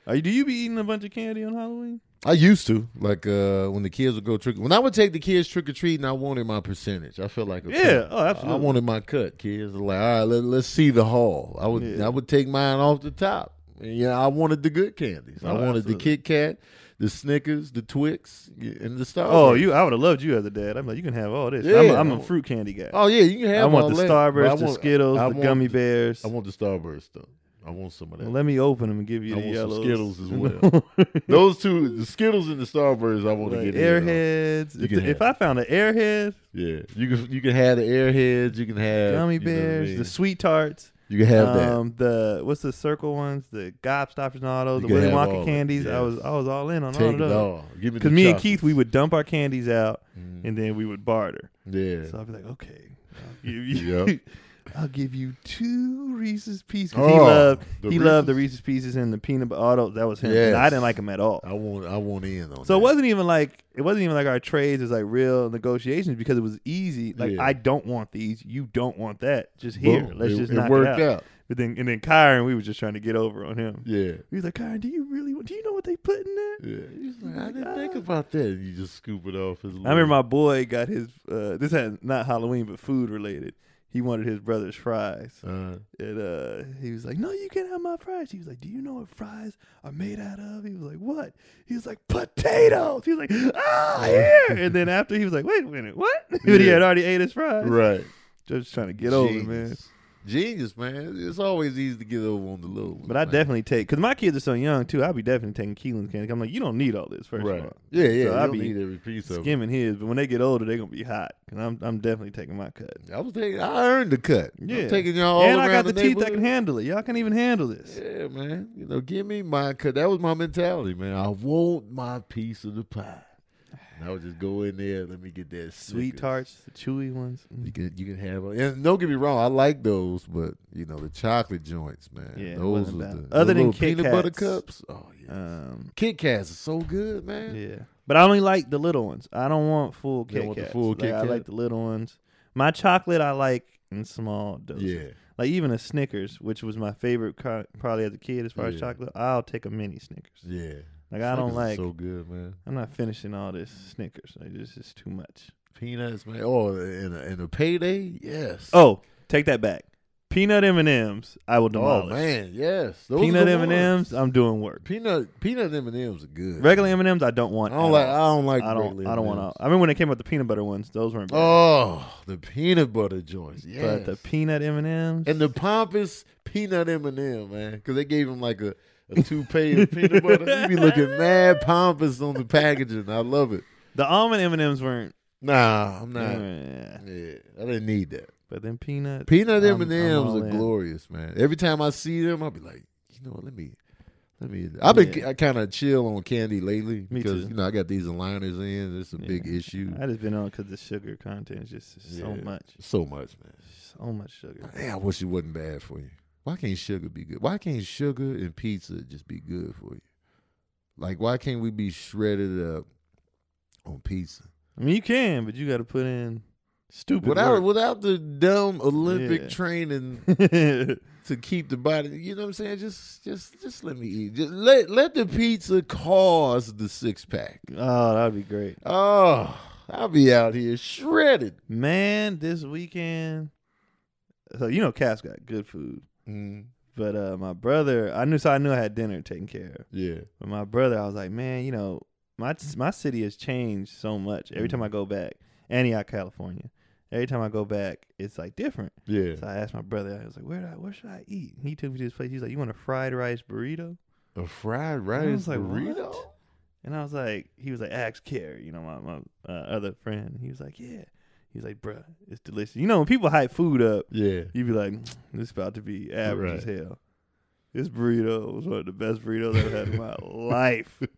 A: Are you, do you be eating a bunch of candy on Halloween?
B: I used to like uh when the kids would go trick. When I would take the kids trick or treating, I wanted my percentage. I felt like a
A: Yeah,
B: cut.
A: oh, absolutely.
B: I wanted my cut. Kids were like, all right, let, let's see the haul. I would
A: Yeah.
B: I would take mine off the top. And, yeah, I wanted the good candies. I
A: Oh,
B: wanted the
A: absolutely.
B: Kit Kat, the Snickers, the Twix, yeah, and the Star.
A: Oh, you! I would have loved you as a dad. I'm like, you can have all this.
B: Yeah.
A: I'm, a, I'm a fruit candy guy.
B: Oh yeah, you can have.
A: I want
B: all
A: the
B: that, but I
A: Starburst, the
B: want-
A: Skittles,
B: I
A: the
B: want-
A: gummy bears.
B: I want the Starburst though. I want some of that.
A: Well, let me open them and give you
B: I
A: the
B: want some
A: yellows.
B: Skittles as well. Those two, the Skittles and the Starburst, I want
A: Like
B: to get in on.
A: airheads.
B: You
A: If,
B: can
A: the-
B: have
A: if I found an airhead,
B: Yeah, you can you can have the airheads. You can have
A: gummy
B: you know what I
A: bears,
B: mean?
A: the sweet tarts,
B: You can have that.
A: um, the what's the circle ones, the gobstoppers and all those,
B: You
A: the
B: can
A: Willy
B: have
A: Wonka
B: all
A: candies.
B: that,
A: I
B: yes.
A: was Um, I was all in on
B: Take
A: all of
B: it
A: those.
B: all. Give me
A: Because
B: the
A: me and
B: chocolate.
A: Keith, we would dump our candies out
B: Mhm.
A: and then we would barter.
B: yeah.
A: So I'd be like, okay, I'll give you,
B: Yep.
A: I'll give you two Reese's pieces. 'Cause he
B: Oh,
A: loved, he
B: the
A: loved the
B: Reese's?
A: Reese's pieces and the peanut butter. All those, that was him. And I
B: Yes.
A: didn't like him at all.
B: I want I want in on.
A: So it
B: that.
A: wasn't even like it wasn't even like our trades is like real negotiations because it was easy. Like
B: Yeah.
A: I don't want these, you don't want that. Just here,
B: Boom.
A: let's
B: it,
A: just
B: it
A: knock
B: worked
A: it out.
B: out.
A: But then and then Kyron, we were just trying to get over on him.
B: Yeah.
A: He was like, Kyron, do you really want? Do you know what they put in there?
B: Yeah. He's like, I didn't
A: God.
B: think about that. You just scoop it off. His
A: "Ah." I remember my boy got his. Uh, this had not Halloween but food related. He wanted his brother's fries,
B: Uh,
A: and uh, he was like, "No, you can't have my fries." He was like, "Do you know what fries are made out of?" He was like, "What?" He was like, "Potatoes." He was like, "Ah, here!" and then after he was like, "Wait a minute, what?" but he
B: Yeah.
A: had already ate his fries.
B: right.
A: Just trying to get over, it, man.
B: Genius. Genius, man. It's always easy to get over on the little. ones,
A: But I
B: man.
A: definitely take because my kids are so young too. I'll be definitely taking Keelan's candy. I'm like, you don't need all this first
B: right.
A: of all.
B: Yeah, yeah.
A: So
B: you
A: I'd
B: don't
A: be
B: need every piece of. It.
A: Skimming his, but when they get older, they're gonna be hot. And I'm I'm definitely taking my cut.
B: I was taking. I earned the cut. I'm
A: Yeah.
B: taking y'all all
A: and I got
B: around
A: the,
B: the
A: teeth that
B: neighborhood.
A: can handle it. Y'all can even handle this.
B: Yeah, man. You know, give me my cause that was my mentality, man. I want my piece of the pie. And I would just go in there, let me get that
A: Sweet
B: Snickers.
A: tarts, the chewy ones. mm,
B: You can you can have and don't get me wrong, I like those, but you know, the chocolate joints, man.
A: Yeah, it
B: those
A: wasn't
B: was
A: bad.
B: the,
A: Other
B: the
A: than
B: little
A: Kit
B: peanut butter
A: Kats.
B: cups. Oh yeah.
A: Um,
B: Kit Kats are so good, man.
A: yeah, but I only like the little ones. I don't want full
B: You don't
A: Kit
B: want the
A: Kats.
B: full
A: Like,
B: Kit
A: I
B: Kat?
A: like the little ones. My chocolate, I like in small doses.
B: Yeah.
A: Like even a Snickers, which was my favorite co- probably as a kid as far as
B: Yeah.
A: chocolate. I'll take a mini Snickers.
B: Yeah.
A: Like I
B: Snickers
A: don't
B: are
A: like.
B: so good, man.
A: I'm not finishing all this Snickers. Like this is too much.
B: Peanuts, man. Oh, and a, and a payday, yes.
A: Oh, take that back. Peanut M and M's, I will
B: oh
A: demolish.
B: man, yes. Those are
A: Peanut
B: the
A: M and M's,
B: ones.
A: I'm doing work.
B: Peanut peanut M and M's are good.
A: Regular M and M's, I don't want.
B: I don't
A: at
B: like. I
A: all.
B: don't like.
A: I don't.
B: regular
A: I don't want
B: M&Ms.
A: to. I mean, when they came out the peanut butter ones, those weren't bad.
B: Oh, the peanut butter joints. Yeah,
A: But the peanut M and M's,
B: and the pompous peanut M and m man, because they gave him like a, a toupee of peanut butter. You be looking mad pompous on the packaging. I love it.
A: the almond M and M's weren't.
B: Nah, I'm not.
A: Yeah.
B: Yeah, I didn't need that.
A: But then peanut.
B: Peanut
A: I'm-
B: M
A: I'm
B: and M's
A: all
B: are
A: in.
B: glorious, man. Every time I see them, I'll be like, you know what? Let me. Let me. I've been
A: Yeah.
B: I kind of chill on candy lately
A: Me
B: because
A: too.
B: you know I got these aligners in. It's a
A: Yeah.
B: big issue.
A: I just been on because the sugar content is just so
B: Yeah.
A: much,
B: So much, man.
A: so much sugar.
B: Man, I wish it wasn't bad for you. Why can't sugar be good? Why can't sugar and pizza just be good for you? Like, why can't we be shredded up on pizza
A: I mean, you can, but you got to put in stupid.
B: without
A: work.
B: without the dumb Olympic
A: Yeah.
B: training
A: yeah,
B: to keep the body? You know what I'm saying? Just, just, just let me eat. Just let let the pizza cause the six pack.
A: oh, that'd be great,
B: Oh, I'll be out here shredded.
A: man. This weekend, so you know, Cass got good food,
B: Mm,
A: but uh, my brother, I knew, so I knew I had dinner taken care of.
B: yeah,
A: But my brother, I was like, man, you know, my my city has changed so much. Every time I go back, Antioch, California, every time I go back, it's like different.
B: yeah.
A: So I asked my brother, I was like, where do I, what should I eat? He took me to this place. He's like, you want a fried rice burrito?
B: A fried rice
A: like,
B: burrito.
A: what? And I was like, he was like, ask Carrie, you know, my, my uh, other friend. He was like, yeah. He was like, bruh, it's delicious. You know, when people hype food up,
B: Yeah.
A: you be like, this "Mm, about to be average
B: Right.
A: as hell. This burrito was one of the best burritos I've had in my life. 'Cause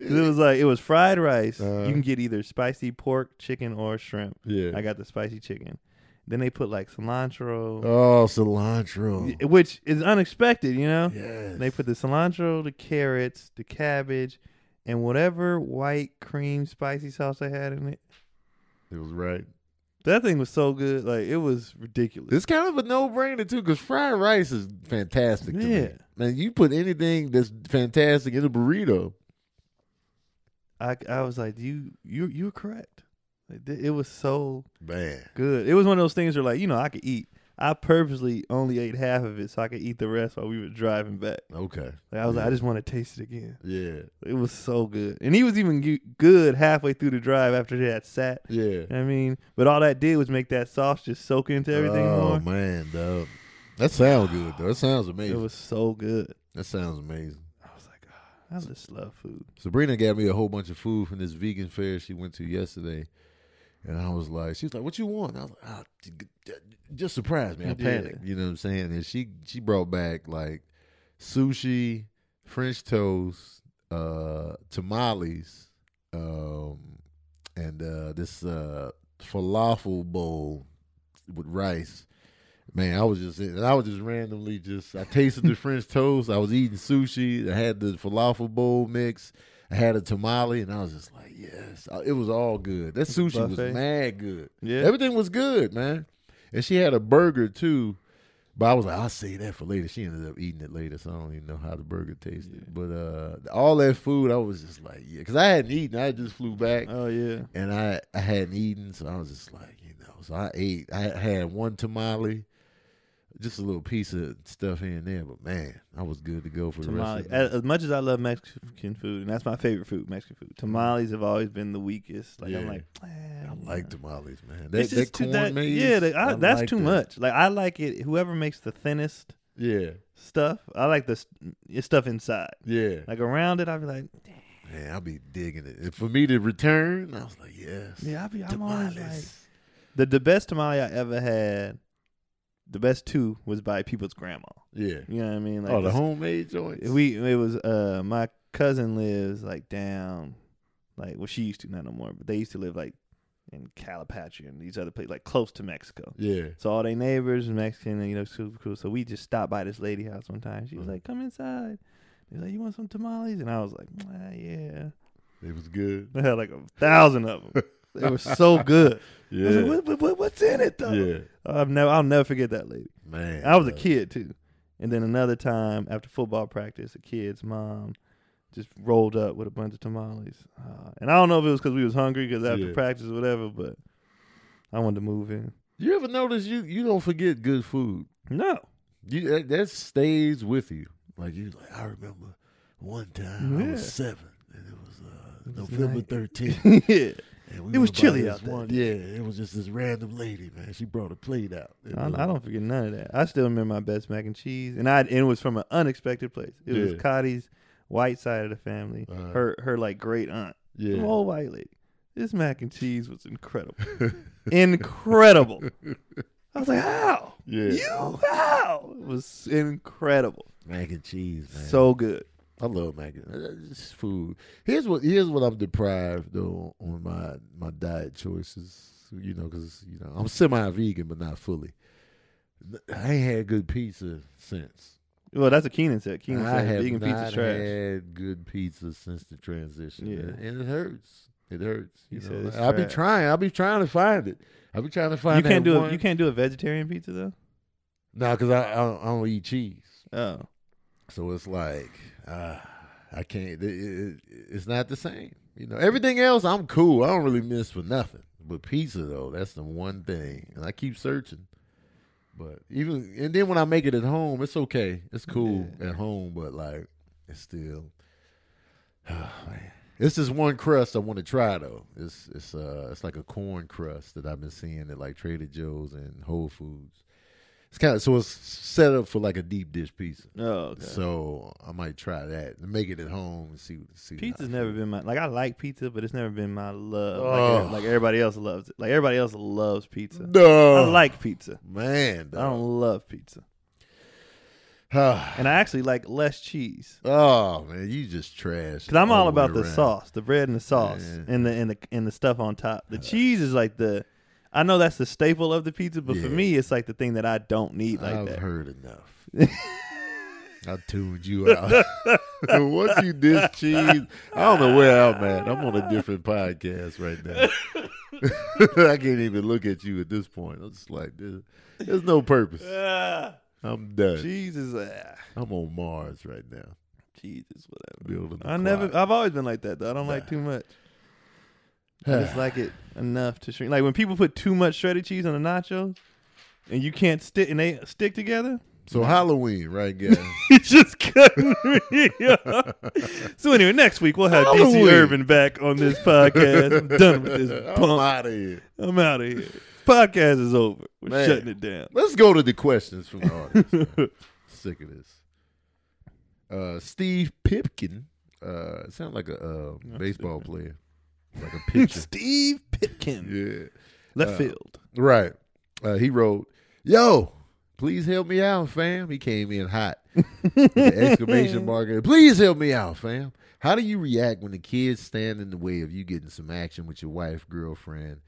A: It was like it was fried rice.
B: Uh-huh.
A: you can get either spicy pork, chicken, or shrimp.
B: Yeah.
A: I got the spicy chicken. Then they put like cilantro,
B: oh, cilantro.
A: y- which is unexpected, you know.
B: Yes.
A: And they put the cilantro, the carrots, the cabbage, and whatever white cream spicy sauce they had in it.
B: it was right.
A: That thing was so good, like it was ridiculous.
B: It's kind of a no brainer too, because fried rice is fantastic. To me.
A: Yeah.
B: Man, you put anything that's fantastic in a burrito.
A: I I was like, you you you were correct. Like, th- It was so
B: Man.
A: good. It was one of those things where like you know I could eat. I purposely only ate half of it so I could eat the rest while we were driving back.
B: Okay.
A: Like, I was like, I
B: Yeah.
A: just want to taste it again.
B: Yeah.
A: It was so good, and he was even g- good halfway through the drive after they had sat.
B: Yeah.
A: I mean, but all that did was make that sauce just soak into everything
B: Oh
A: more.
B: man, dog. That sounds good though. That sounds
A: It
B: amazing.
A: was so good.
B: that sounds amazing.
A: I was like, "Ah, I just love food.
B: Sabrina got me a whole bunch of food from this vegan fair she went to yesterday, and I was like, she was like, "What you want?" And I was like, "Ah, j- j- "Just surprise me." I
A: Yeah.
B: panicked, you know what I'm saying? And she she brought back like sushi, French toast, uh, tamales, um, and uh, this uh, falafel bowl with rice. Man, I was just and I was just randomly just I tasted the French toast. I was eating sushi. I had the falafel bowl mix. I had a tamale, and I was just like, yes, I- it was all good. That sushi was
A: Buffet.
B: mad good.
A: Yeah.
B: Everything was good, man. And she had a burger too, but I was like, I'll save that for later. She ended up eating it later, so I don't even know how the burger tasted. But uh, all that food, I was just like, yeah, because I hadn't eaten. I just flew back
A: Oh yeah,
B: and I, I hadn't eaten, so I was just like, you know, so I ate. I had one tamale, just a little piece of stuff here and there, but man, I was good to go for
A: tamale.
B: the
A: As,
B: rest. Of
A: as much as I love Mexican food, and that's my favorite food, Mexican food. Tamales have always been the weakest. Like I'm
B: Yeah.
A: like, eh,
B: the, I
A: nah.
B: like tamales, man. That,
A: It's
B: that
A: just too-
B: corn
A: that-
B: maze,
A: Yeah, that- I-
B: I
A: that's
B: like
A: too
B: that.
A: much. Like I like it. Whoever makes the thinnest
B: Yeah,
A: stuff, I like the s- your stuff inside.
B: yeah.
A: Like around it, I'd be like,
B: Man, I'll be digging it. And for me to return, I was like, yes,
A: yeah, I'd be. I'm always like
B: tamales.
A: the the best tamale I ever had. The best two was by people's grandma.
B: Yeah.
A: You know what I mean? Like
B: oh, the
A: this-
B: homemade joints.
A: we it was uh my cousin lives like down like well she used to not no more but they used to live like in Calipatria and these other places like close to Mexico.
B: yeah.
A: So all their neighbors are Mexican and you know super cool. So we just stopped by this lady house one time. She was
B: Mhm.
A: like, "Come inside." He's like, "You want some tamales?" And I was like, "Ah, "Yeah."
B: It was good.
A: They had like a thousand of them. they were so good. I was
B: Yeah.
A: like, what, what- what- "What's in it though?"
B: yeah.
A: I've never I'll never forget that lady.
B: Man.
A: I was a
B: uh,
A: kid too. And then another time after football practice, a kid's mom just rolled up with a bunch of tamales. Uh, and I don't know if it was because we was hungry because after
B: Yeah.
A: practice or whatever, but I wanted to move in.
B: You ever notice you you don't forget good food?
A: No,
B: You that, that stays with you. Like you like I remember one time I
A: Yeah.
B: was seven and it was uh,
A: It was
B: November
A: night.
B: thirteenth.
A: yeah,
B: and
A: It was
B: went by
A: chilly
B: this
A: out that
B: one- Yeah, it was just this random lady, man. She brought a plate out. It
A: I,
B: was-
A: I don't forget none of that. I still remember my best mac and cheese, and I and it was from an unexpected place. It was
B: Yeah.
A: Cottie's white side of the family,
B: Uh-huh.
A: her her like great aunt,
B: Yeah.
A: Some old white lady. This mac and cheese was incredible, incredible. I was like, how?
B: Yeah.
A: You how? It was incredible.
B: Mac and cheese, man.
A: So good.
B: I love mac and uh, it's food. Here's what here's what I'm deprived though on my my diet choices. You know, because you know I'm semi vegan, but not fully. I ain't had good pizza since.
A: Well, that's what Keenan said. Keenan
B: I
A: said
B: have
A: vegan
B: not
A: pizza trash.
B: had good pizza since the transition,
A: Yeah.
B: and, and it hurts. It hurts. You
A: He
B: know,
A: said it's
B: like, I'll be
A: trash.
B: trying. I'll be trying to find it. I'll be trying to find.
A: You
B: that
A: can't do
B: one.
A: a, you can't do a vegetarian pizza though.
B: No, because I, I, don't, I don't eat cheese,
A: Oh,
B: so it's like uh, I can't. It, it, it's not the same. You know, everything else I'm cool. I don't really miss for nothing. But pizza though, that's the one thing, and I keep searching. But even and then when I make it at home, it's okay. It's cool at home, but like it's still man. It's this one crust I want to try though. It's it's uh it's like a corn crust that I've been seeing at like Trader Joe's and Whole Foods. It's kind of so it's set up for like a deep dish pizza.
A: oh, okay.
B: So I might try that, make it at home, and see see. how
A: Pizza's
B: I
A: never
B: feel.
A: been my like. I like pizza, but it's never been my love. Like,
B: Ugh.
A: ev- like everybody else loves it. Like everybody else loves pizza.
B: No,
A: I like pizza.
B: man.
A: I don't love pizza. and I actually like less cheese
B: oh man, you just trash.
A: because I'm all
B: the way
A: about the
B: around.
A: sauce, the bread and the sauce,
B: Yeah.
A: and the and the and the stuff on top. The cheese is like the, I know that's the staple of the pizza, but for
B: Yeah.
A: me, it's like the thing that I don't need like
B: I've
A: that.
B: heard enough. I tuned you out. Once you dish cheese, I don't know where I'm at. I'm on a different podcast right now. I can't even look at you at this point. I'm just like, there's, there's no purpose.
A: Ah,
B: I'm done.
A: cheese is uh,
B: I'm on Mars right now.
A: cheese is whatever.
B: Building the
A: I never.
B: clock.
A: I've always been like that though. I don't like too much. I just like it enough to shrink. Like when people put too much shredded cheese on the nachos, and you can't stick, and they stick together.
B: so Halloween, right, guys?
A: You just cutting me off. So anyway, next week we'll have DC
B: Halloween.
A: Irvin back on this podcast. I'm done with this
B: I'm
A: punk.
B: out of here.
A: I'm out of here. Podcast is over. We're
B: Man.
A: shutting it down.
B: Let's go to the questions from the audience. man. Sick of this. Uh, Steve Pipkin. Uh, it sounds like a uh, baseball player, like a pitcher.
A: Steve Pitkin,
B: yeah,
A: left field.
B: right. Uh, he wrote, "Yo, please help me out, fam." He came in hot. With an exclamation mark! and, Please help me out, fam. How do you react when the kids stand in the way of you getting some action with your wife, girlfriend?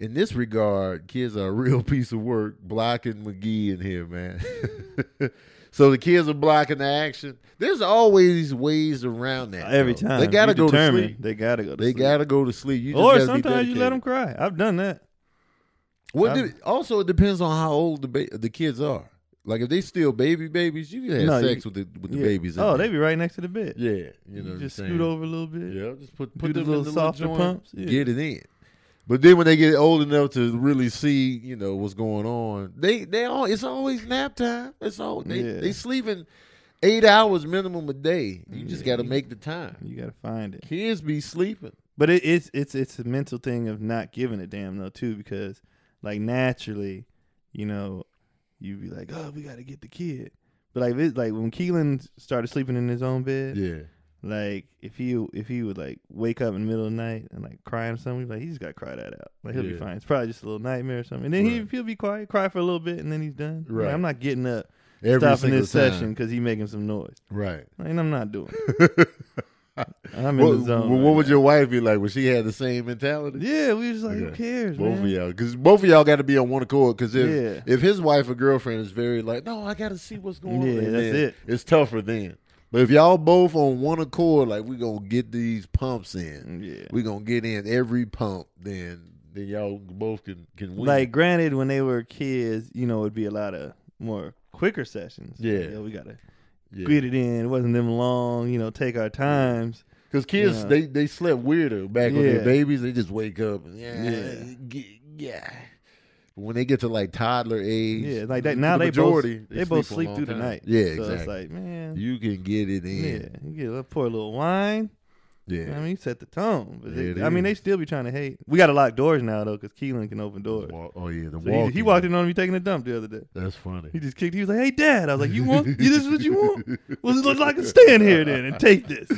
B: In this regard, kids are a real piece of work blocking McGee in here, man. so the kids are blocking the action. There's always ways around that.
A: Every
B: though.
A: time
B: they gotta
A: You
B: go to
A: determined.
B: sleep.
A: They gotta go. To
B: They
A: sleep.
B: gotta go to sleep. You just
A: Or
B: gotta be
A: sometimes you let
B: dedicated.
A: them cry. I've done that.
B: What
A: I'm-
B: do, also, it depends on how old the ba- the kids are. Like if they still baby babies, you can have
A: No,
B: sex
A: you-
B: with the with the
A: Yeah.
B: babies. in
A: Oh,
B: there.
A: they be right next to the bed.
B: yeah. You know,
A: You
B: what
A: just
B: I'm
A: scoot
B: saying?
A: over a little bit.
B: Yeah, just put
A: Do the
B: put them
A: little
B: in the
A: softer
B: joint,
A: pumps, yeah.
B: Get it in. But then when they get old enough to really see, you know, what's going on, they they all it's always nap time. It's all they
A: Yeah.
B: they sleeping eight hours minimum a day. You just
A: Yeah.
B: got to make the time.
A: You gotta find it.
B: Kids be sleeping.
A: But it, it's it's it's a mental thing of not giving a damn though too, because like naturally, you know, you be like, oh, we gotta get the kid. But like it, like when Keelan started sleeping in his own bed,
B: Yeah,
A: like if he if he would like wake up in the middle of the night and like crying or something, like he just gotta cry that out. Like he'll be
B: Yeah.
A: fine. It's probably just a little nightmare or something. And then he
B: Right.
A: he'll be quiet, cry for a little bit, and then he's done. Like,
B: Right.
A: I'm not getting up,
B: every
A: stopping
B: single
A: this
B: time.
A: session because he making some noise.
B: Right.
A: Like, and I'm not doing. it. I'm in
B: What,
A: the zone.
B: what
A: right
B: would
A: now.
B: your wife be like? Would she have the same mentality?
A: Yeah, we was like, who
B: Okay.
A: cares,
B: Both
A: man?
B: of y'all, because both of y'all got to be on one accord. Because if
A: Yeah.
B: if his wife or girlfriend is very like, no, I got to see what's going
A: Yeah,
B: on. and
A: that's
B: then
A: it.
B: It's tougher then. But if y'all both on one accord, like we gonna get these pumps in,
A: Mm, Yeah.
B: we gonna get in every pump. Then then y'all both can can win.
A: Like, granted, when they were kids, you know, it'd be a lot of more quicker sessions. Like,
B: Yeah.
A: Yo, we got to
B: yeah.
A: get it in. It wasn't them long, you know, take our times.
B: because kids
A: Yeah.
B: they they slept weirder back when they
A: Yeah.
B: were babies. They just wake up and yeah
A: Yeah.
B: yeah. yeah. But When they get to like toddler age,
A: Yeah, like that.
B: the
A: Now they
B: majority,
A: both they, both
B: a
A: sleep
B: long
A: through the
B: time.
A: night.
B: Yeah,
A: so
B: exactly.
A: it's like, man,
B: you can get it
A: yeah,
B: in.
A: you get a pour a little wine.
B: Yeah,
A: I mean, you set the tone. But they-
B: It
A: I mean, they
B: is.
A: still be trying to hate. We got to lock doors now though, because Keelan can open doors.
B: Wa- oh yeah, the
A: So
B: walk.
A: he, he walked in on me taking a dump the other day.
B: That's funny.
A: He just kicked. He was like, "Hey, Dad." I was like, "You want? this is what you want? Well, it looks like I can stand here then and take this."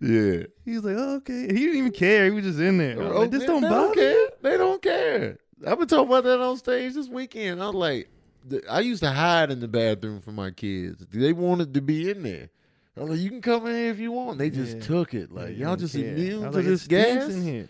B: Yeah.
A: He was like, oh, "Okay." He didn't even care. He was just in there. I was like, this
B: they,
A: don't
B: they
A: bother.
B: care. They don't care. I've been talking about that on stage this weekend. I was like, th- I used to hide in the bathroom for my kids. They wanted to be in there. I was like, you can come in here if you want. They just
A: Yeah.
B: took it.
A: They
B: Like
A: don't
B: y'all just
A: care.
B: immune
A: I
B: to
A: was like, "It
B: this
A: stinks
B: gas.
A: in here.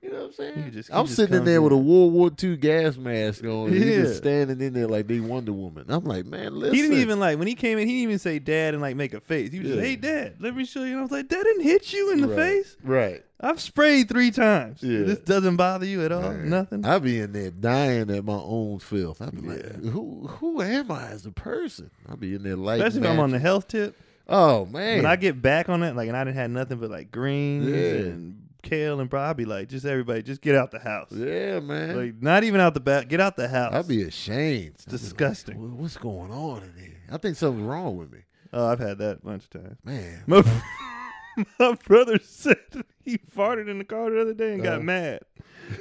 B: You know what I'm saying?
A: You just- you
B: I'm
A: just
B: sitting in
A: come
B: there with a
A: in.
B: World War II gas mask on. And
A: Yeah.
B: He's just standing in there like they Wonder Woman. I'm like, man, listen.
A: He didn't even like when he came in. He didn't even say "Dad" and like make a face. He was just,
B: Yeah.
A: "Hey, Dad, let me show you." And I was like, "That didn't hit you in the
B: Right.
A: face.
B: Right.
A: I've sprayed three times.
B: Yeah.
A: This doesn't bother you at all.
B: Man,
A: Nothing."
B: I be in there dying at my own filth. I be
A: Yeah.
B: like, who who am I as a person? I be in there like,
A: Especially if I'm on the health tip.
B: oh man,
A: When I get back on it, like, and I didn't have nothing but like greens
B: Yeah.
A: and kale and broccoli. Like, just everybody, just get out the house.
B: yeah man,
A: Like, not even out the back. Get out the house.
B: I be ashamed. I be like,
A: disgusting.
B: "Wha- what's going on in here? I think something's wrong with me,
A: Oh, I've had that a bunch of times.
B: man.
A: My, my brother said he farted in the car the other day and
B: Uh.
A: got mad.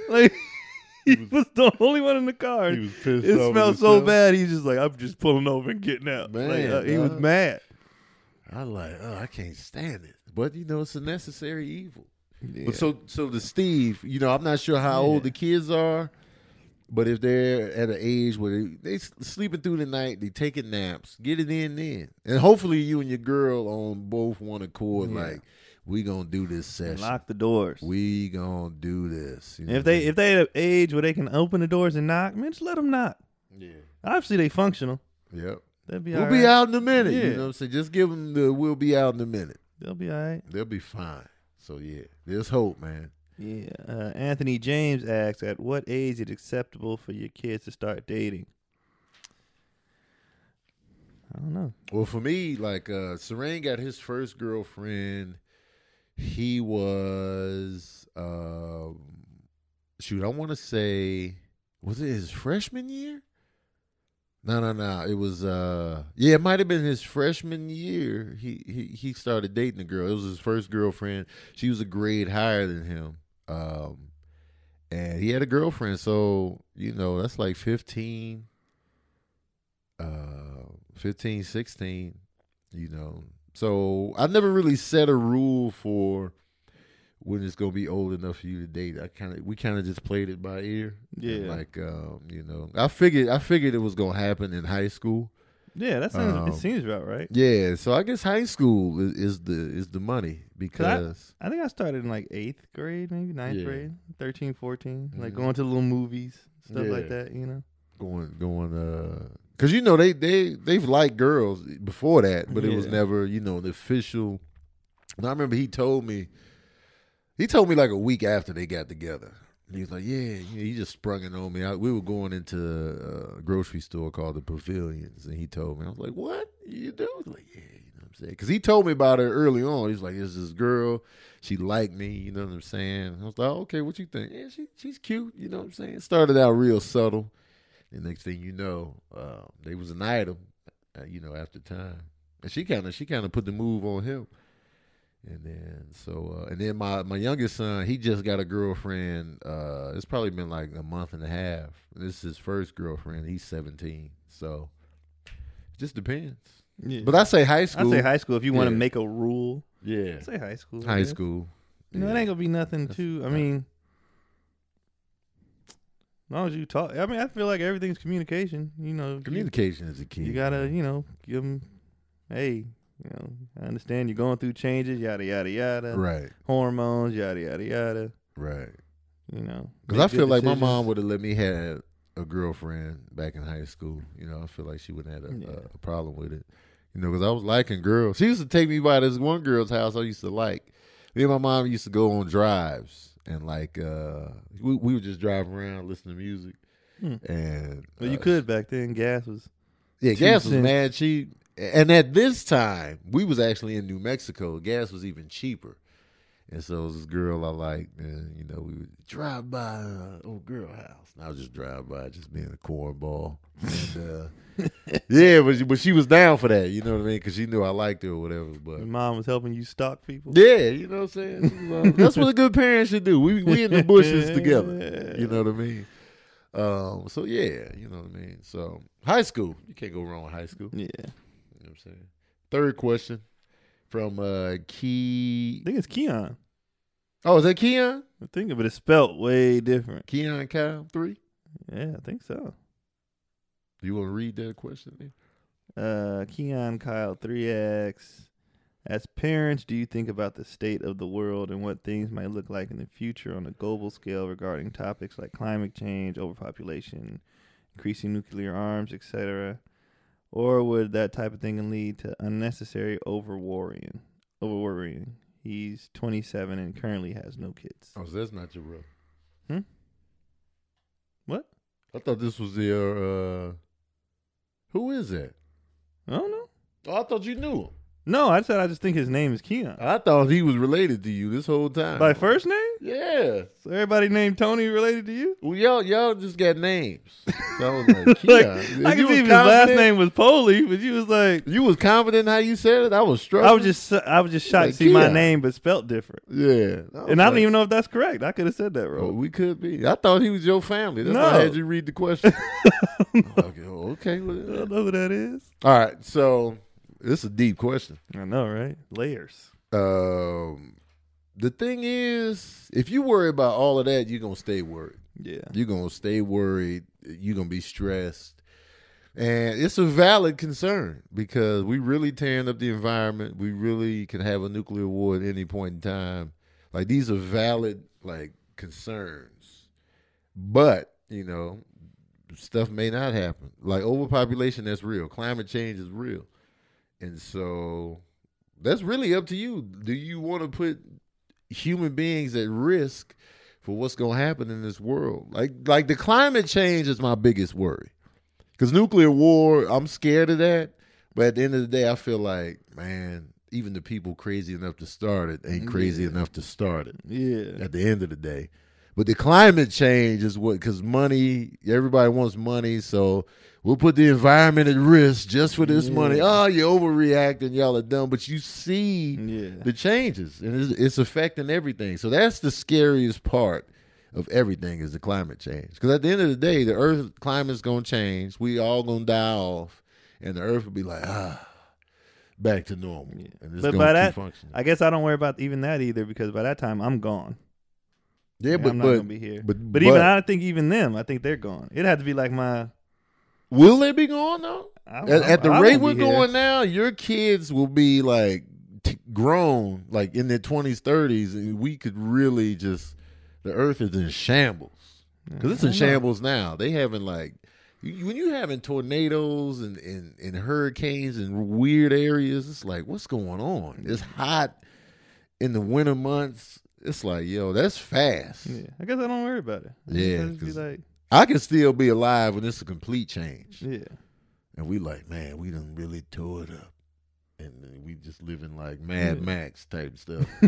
A: Like he was the only one in the car.
B: was pissed.
A: It smelled so bad. He's just like, I'm just pulling over and getting out. Like,
B: Man,
A: uh, he was
B: dog.
A: mad.
B: I like, oh, I can't stand it. But you know, it's a necessary evil.
A: Yeah.
B: But so so the Steve, you know, I'm not sure how old the kids are. But if they're at an age where they, they s- sleeping through the night, they taking naps, get it in then, and hopefully you and your girl on both one accord.
A: Yeah.
B: Like we gonna do this session.
A: Lock the doors.
B: We gonna do this. You know
A: if
B: what I
A: they
B: mean?
A: if they at an age where they can open the doors and knock, man, just let them knock. Obviously, they functional.
B: yeah, yep.
A: They'll be
B: We'll
A: all
B: be
A: right.
B: out in a minute. You
A: Yeah.
B: know what I'm saying? Just give them the we'll be out in a minute.
A: They'll be all right.
B: They'll be fine. So yeah, there's hope, man.
A: Yeah. Uh, Anthony James asks, at what age is it acceptable for your kids to start dating? I don't know.
B: Well, for me, like uh Serene got his first girlfriend. He was um shoot, I wanna say was it his freshman year? No, no, no. It was uh yeah, it might have been his freshman year. He he he started dating a girl. It was his first girlfriend. She was a grade higher than him. Um and he had a girlfriend, so you know, that's like 15 uh 15 16 you know so i never really set a rule for when it's gonna be old enough for you to date i kind of we kind of just played it by ear And,
A: Yeah.
B: like um you know i figured i figured it was gonna happen in high school
A: Yeah, that sounds.
B: Um,
A: it seems about right.
B: yeah so i guess high school is, is the is the money because
A: I think I started in like eighth grade, maybe ninth
B: Yeah.
A: grade, 13, 14. Like
B: Mhm.
A: going to little movies, stuff like
B: Yeah.
A: that. You know.
B: going going uh because you know they they they've liked girls before that but it was
A: Yeah.
B: never you know the official and i remember he told me he told me like a week after they got together he was like yeah yeah," he just sprung it on me I, we were going into a grocery store called the pavilions and he told me i was like what you do He's like yeah you know what i'm saying because he told me about her early on he was like it's this girl she liked me you know what i'm saying i was like okay what you think yeah she, she's cute you know what i'm saying started out real subtle the next thing you know, uh, they was an item, uh, you know, after time. And she kind of she kind of put the move on him. And then so uh, and then my my youngest son, he just got a girlfriend. Uh, it's probably been like a month and a half. This is his first girlfriend. He's seventeen, so it just depends.
A: Yeah.
B: But I say high
A: I
B: school.
A: say high school if you want to
B: Yeah.
A: make a rule.
B: yeah,
A: Say high school. I
B: high
A: guess.
B: school.
A: You know, it
B: Yeah.
A: ain't gonna be nothing
B: That's-
A: too. I
B: yeah.
A: mean, as long as you talk. I mean, I feel like everything's communication. You know, you-
B: Communication is a key.
A: You gotta, you know, give them. Hey, you know, I understand you're going through changes. Yada yada yada.
B: right,
A: Hormones. Yada yada yada.
B: right.
A: You know,
B: Because
A: make
B: I
A: good
B: feel like my
A: decisions.
B: mom would have let me have a girlfriend back in high school. You know, I feel like she wouldn't have had a,
A: Yeah.
B: a problem with it. You know, because I was liking girls. She used to take me by this one girl's house I used to like. Me and my mom used to go on drives and like uh we, we would just drive around, listen to music,
A: Hmm.
B: and
A: Well, you
B: uh,
A: could back then. Gas was.
B: yeah, gas was
A: cents.
B: mad cheap. And at this time, we was actually in New Mexico. Gas was even cheaper. And so it was this girl I liked, and you know, we would drive by uh, old girl house. And I would just drive by, just being a cornball. And, uh, yeah, but she, but she was down for that, you know what I mean? Because she knew I liked her or whatever. But
A: Your mom was helping you stalk people.
B: yeah, you know what I'm saying? She was, uh, That's what a good parent should do. We we in the bushes together. You know what I mean? Um, so yeah, you know what I mean. So high school, you can't go wrong with high school.
A: Yeah,
B: You know what I'm saying? Third question from uh
A: I
B: Key.
A: think it's Keon.
B: Oh, is that Keon?
A: I think of it is spelt way different.
B: Keon Kyle three.
A: Yeah, I think so.
B: Do you want to read that question? Then?
A: Uh, Keon Kyle 3X. As parents, do you think about the state of the world and what things might look like in the future on a global scale regarding topics like climate change, overpopulation, increasing nuclear arms, etc.? Or would that type of thing lead to unnecessary overworrying? Overworrying. He's 27 and currently has no kids.
B: Oh, so that's not your brother.
A: Hmm? What?
B: I thought this was your. uh Who is that?
A: I don't know.
B: Oh, I thought you knew him.
A: No, I said I just think his name is Keon.
B: I thought he was related to you this whole time.
A: By first name?
B: Yeah.
A: So everybody named Tony related to you?
B: Well, y'all y'all just got names. So I was like,
A: like,
B: Keon.
A: I
B: If you
A: can
B: was
A: see if his last
B: confident-
A: name was Polly, but you was like,
B: You was confident how you said it. I was struggling.
A: I was just, I was just shocked
B: Like,
A: to see my
B: yeah.
A: name, but spelt different.
B: yeah. was
A: And I don't
B: like,
A: even know if that's correct. I could have said that
B: Oh,
A: wrong.
B: we could be. I thought he was your family. That's
A: No.
B: why I had you read the question. okay. well, okay.
A: I don't
B: well,
A: know who that is.
B: All right. So this is a deep question.
A: I know, right? Layers.
B: Um, the thing is, if you worry about all of that, you're gonna stay worried.
A: Yeah.
B: You're gonna stay worried. You're gonna be stressed, and it's a valid concern because we really tearing up the environment. We really can have a nuclear war at any point in time. Like these are valid like concerns, but you know, stuff may not happen. Like overpopulation, that's real. Climate change is real, and so that's really up to you. Do you want to put human beings at risk for what's going to happen in this world. Like like the climate change is my biggest worry. Cuz nuclear war, I'm scared of that, but at the end of the day I feel like, man, even the people crazy enough to start it ain't crazy
A: Yeah.
B: enough to start it
A: Yeah.
B: at the end of the day. But the climate change is what cuz money, everybody wants money, so we'll put the environment at risk just for this money.
A: Yeah.
B: Oh, you're overreacting, y'all are dumb, but you see
A: Yeah.
B: the changes and it's, it's affecting everything. So that's the scariest part of everything is the climate change. Because at the end of the day, the Earth climate's gonna change. We all gonna die off, and the Earth will be like ah, back to normal.
A: Yeah.
B: And it's
A: But
B: gonna
A: by
B: keep
A: that,
B: functioning.
A: I guess I don't worry about even that either because by that time I'm gone.
B: yeah,
A: And
B: but
A: I'm not
B: but,
A: gonna be here.
B: but
A: But even I don't think even them. I think they're gone. It had to be like my.
B: will they be gone though?
A: I,
B: At, at the
A: I- I
B: rate we're
A: won't be here.
B: going now, your kids will be like t- grown, like in their twenties, thirties, and we could really just the Earth is in shambles. Because it's
A: I
B: in
A: know.
B: shambles now. They having like you- when you having tornadoes and, and, and hurricanes and weird areas, it's like what's going on? It's
A: Mm-hmm.
B: hot in the winter months. It's like yo, that's fast.
A: Yeah, I guess I don't worry about it. I
B: Yeah,
A: just be
B: 'cause-
A: like,
B: I can still be alive when it's a complete change.
A: yeah,
B: And we like, man, we done really tore it up, and then we just living like Mad
A: Yeah.
B: Max type stuff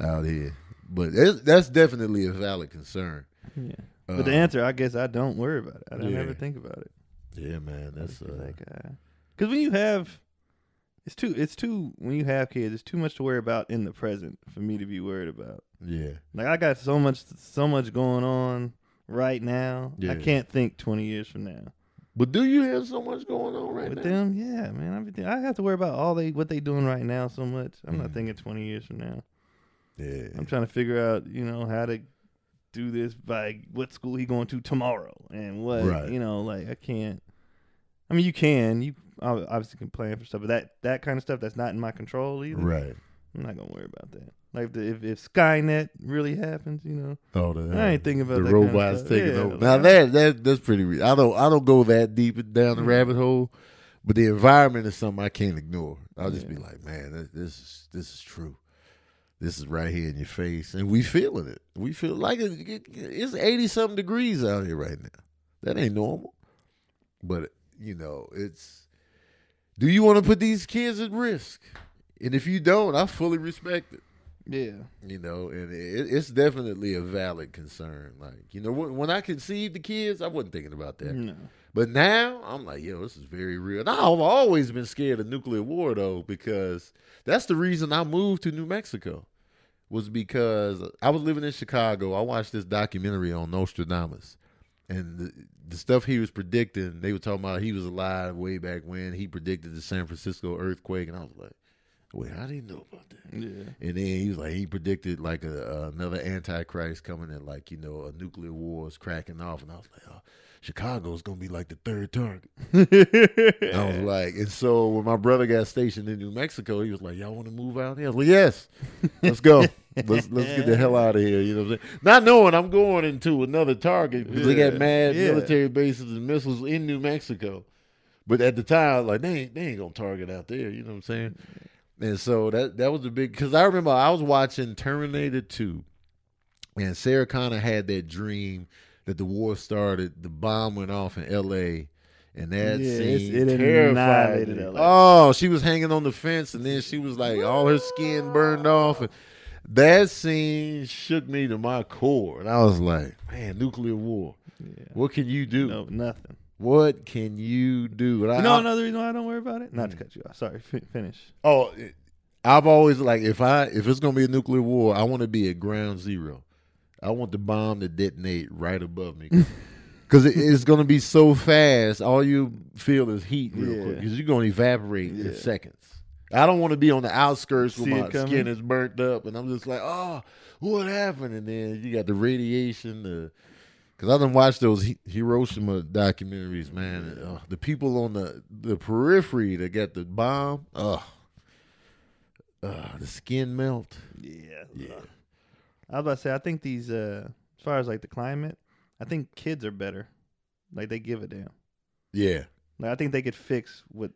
B: out here. But it's, that's definitely a valid concern.
A: yeah. But the
B: Uh,
A: answer, I guess, I don't worry about it. I don't
B: yeah.
A: ever think about it.
B: yeah, man, that's uh,
A: like, because when you have, it's too, it's too. When you have kids, it's too much to worry about in the present for me to be worried about.
B: yeah.
A: Like I got so much, so much going on right now.
B: Yeah.
A: I can't think twenty years from now.
B: But do you have so much going on right
A: With
B: now?
A: them, yeah, man. I, be think- I have to worry about all they what they doing right now so much. I'm not
B: Mhm.
A: thinking 20 years from now.
B: Yeah.
A: I'm trying to figure out, you know, how to do this by what school he going to tomorrow and what,
B: Right.
A: you know, like I can't. I mean, you can. You ob- obviously can plan for stuff, but that that kind of stuff that's not in my control either.
B: right.
A: I'm not gonna worry about that. Like if, the, if if Skynet really happens, you know,
B: Oh, the,
A: I ain't thinking about
B: the
A: that kind of
B: robots
A: stuff.
B: taking
A: Yeah,
B: over.
A: like,
B: Now
A: I-
B: that that that's pretty. Re- I don't I don't go that deep down the
A: Mm.
B: rabbit hole, but the environment is something I can't ignore. I'll just
A: Yeah.
B: be like, man, this, this is this is true. This is right here in your face, and we feeling it. We feel like it, it- it's eighty something degrees out here right now. That ain't normal. But you know, it's. Do you want to put these kids at risk? And if you don't, I fully respect it.
A: yeah,
B: you know, and it, it's definitely a valid concern. Like, you know, when, when I conceived the kids, I wasn't thinking about that,
A: no,
B: but now I'm like, yo, this is very real. And I've always been scared of nuclear war though, because that's the reason I moved to New Mexico was because I was living in Chicago. I watched this documentary on Nostradamus, and the, the stuff he was predicting. They were talking about he was alive way back when he predicted the San Francisco earthquake, and I was like, wait, how do you know about that?
A: yeah,
B: And then he was like, he predicted like a, uh, another antichrist coming and like you know a nuclear war is cracking off, and I was like, oh, Chicago's gonna be like the third target. And I was like, and so when my brother got stationed in New Mexico, he was like, y'all want to move out here? I was like, yes, let's go. Let's let's get the hell out of here. You know what I'm saying? Not knowing I'm going into another target because they got
A: Yeah,
B: mad
A: yeah.
B: military bases and missiles in New Mexico. But at the time, I was like they ain't they ain't gonna target out there. You know what I'm saying? And so that that was the big because I remember I was watching Terminator Two, and Sarah Connor had that dream that the war started, the bomb went off in L.A. And that
A: Yeah, it's-
B: scene
A: it
B: terrified
A: annihilated
B: me.
A: LA.
B: Oh, she was hanging on the fence, and then she was like, all her skin burned off. And that scene shook me to my core, and I was like, man, nuclear war.
A: yeah.
B: What can you do?
A: No, nothing.
B: What can you do? And I,
A: You know
B: I-
A: another reason why I don't worry about it? Not
B: Mm.
A: to cut you off. Sorry, fi- finish.
B: Oh, it- I've always like if I if it's gonna be a nuclear war, I want to be at ground zero. I want the bomb to detonate right above me because it, it's gonna be so fast. All you feel is heat real
A: Yeah.
B: quick because you're gonna evaporate
A: Yeah.
B: in seconds. I don't want to be on the outskirts where
A: See it
B: my
A: coming?
B: skin is burnt up and I'm just like, oh, what happened? And then you got the radiation, the Because I done watched those Hi- Hiroshima documentaries, man. and, uh, the people on the, the periphery that got the bomb, ugh. Uh, the skin melt.
A: Yeah. uh, I was about to say, I think these, uh, as far as like the climate, I think kids are better. Like they give a damn.
B: Yeah.
A: Like I think they could fix what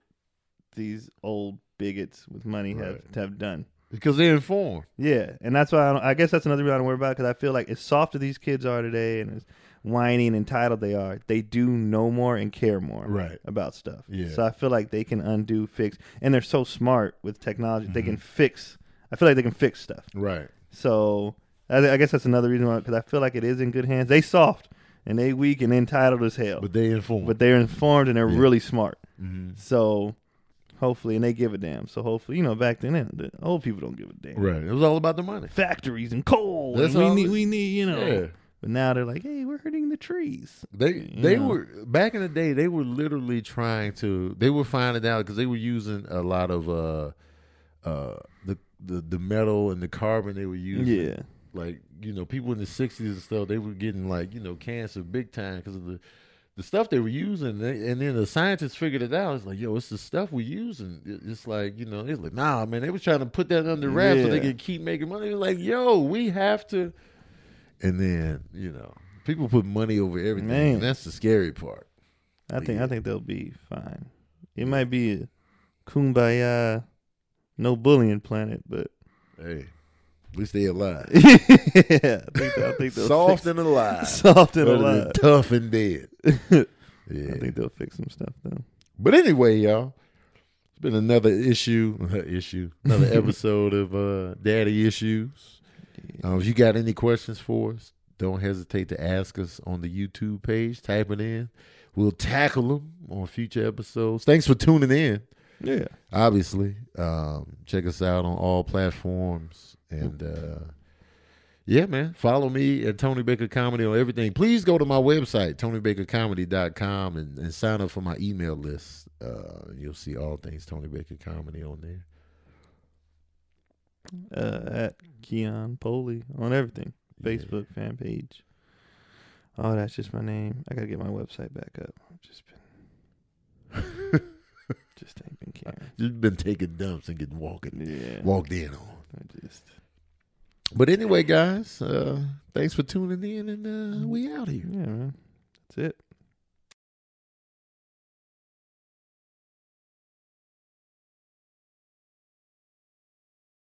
A: these old bigots with money have
B: Right.
A: have done.
B: Because they're informed.
A: Yeah, and that's why I, don't, I guess that's another reason I don't worry about because I feel like as soft as these kids are today and as whiny and entitled they are, they do know more and care more
B: Right.
A: about stuff.
B: Yeah.
A: So I feel like they can undo, fix, and they're so smart with technology they
B: Mm-hmm.
A: can fix. I feel like they can fix stuff.
B: Right.
A: So I, I guess that's another reason why because I feel like it is in good hands. They soft and they weak and entitled as hell,
B: But they informed.
A: but they're informed and they're
B: Yeah.
A: really smart.
B: Mhm.
A: So hopefully, and they give a damn. So hopefully, you know, back then the old people don't give a damn
B: Right. It was all about the money.
A: factories and coal.
B: That's
A: and we
B: all
A: need,
B: it-
A: we need, you know.
B: Yeah.
A: But now they're like, hey, we're hurting the trees.
B: They
A: You
B: they
A: know.
B: were back in the day. They were literally trying to. They were finding out because they were using a lot of uh, uh, the, the the metal and the carbon they were using.
A: Yeah,
B: like you know, people in the sixties and stuff. They were getting like you know cancer big time because of the the stuff they were using. They, and then the scientists figured it out. It's like yo, it's the stuff we're using. It- It's like you know, it's like nah, man. They were trying to put that under wraps so they
A: Yeah.
B: could keep making money. They're like yo, we have to. And then you know, people put money over everything.
A: Man.
B: And that's the scary part.
A: I think
B: Yeah.
A: I think they'll be fine. It might be a kumbaya, no bullying planet, but
B: Hey, at least they alive,
A: yeah, I think, I think they'll
B: soft
A: fix,
B: and alive,
A: soft and
B: Rather than
A: alive.
B: tough and dead. Yeah.
A: I think they'll fix some stuff though.
B: But anyway, y'all, it's been another issue, issue, another episode of uh, Daddy Issues. Um, if you got any questions for us, don't hesitate to ask us on the YouTube page. Type it in. We'll tackle them on future episodes. Thanks for tuning in.
A: Yeah,
B: Obviously, um, check us out on all platforms and. Uh, yeah, man. Follow me at Tony Baker Comedy on everything. Please go to my website, tonybakercomedy.com, and, and sign up for my email list. Uh, you'll see all things Tony Baker Comedy on there.
A: uh, at Keon Poli on everything, Facebook fan page. Oh, that's just my name. I gotta get my website back up. I've just been, just ain't been caring.
B: Just been taking dumps and getting walking,
A: Yeah.
B: walked in on.
A: I just
B: But anyway, guys, uh, thanks for tuning in, and uh, we out here.
A: yeah, man. That's it.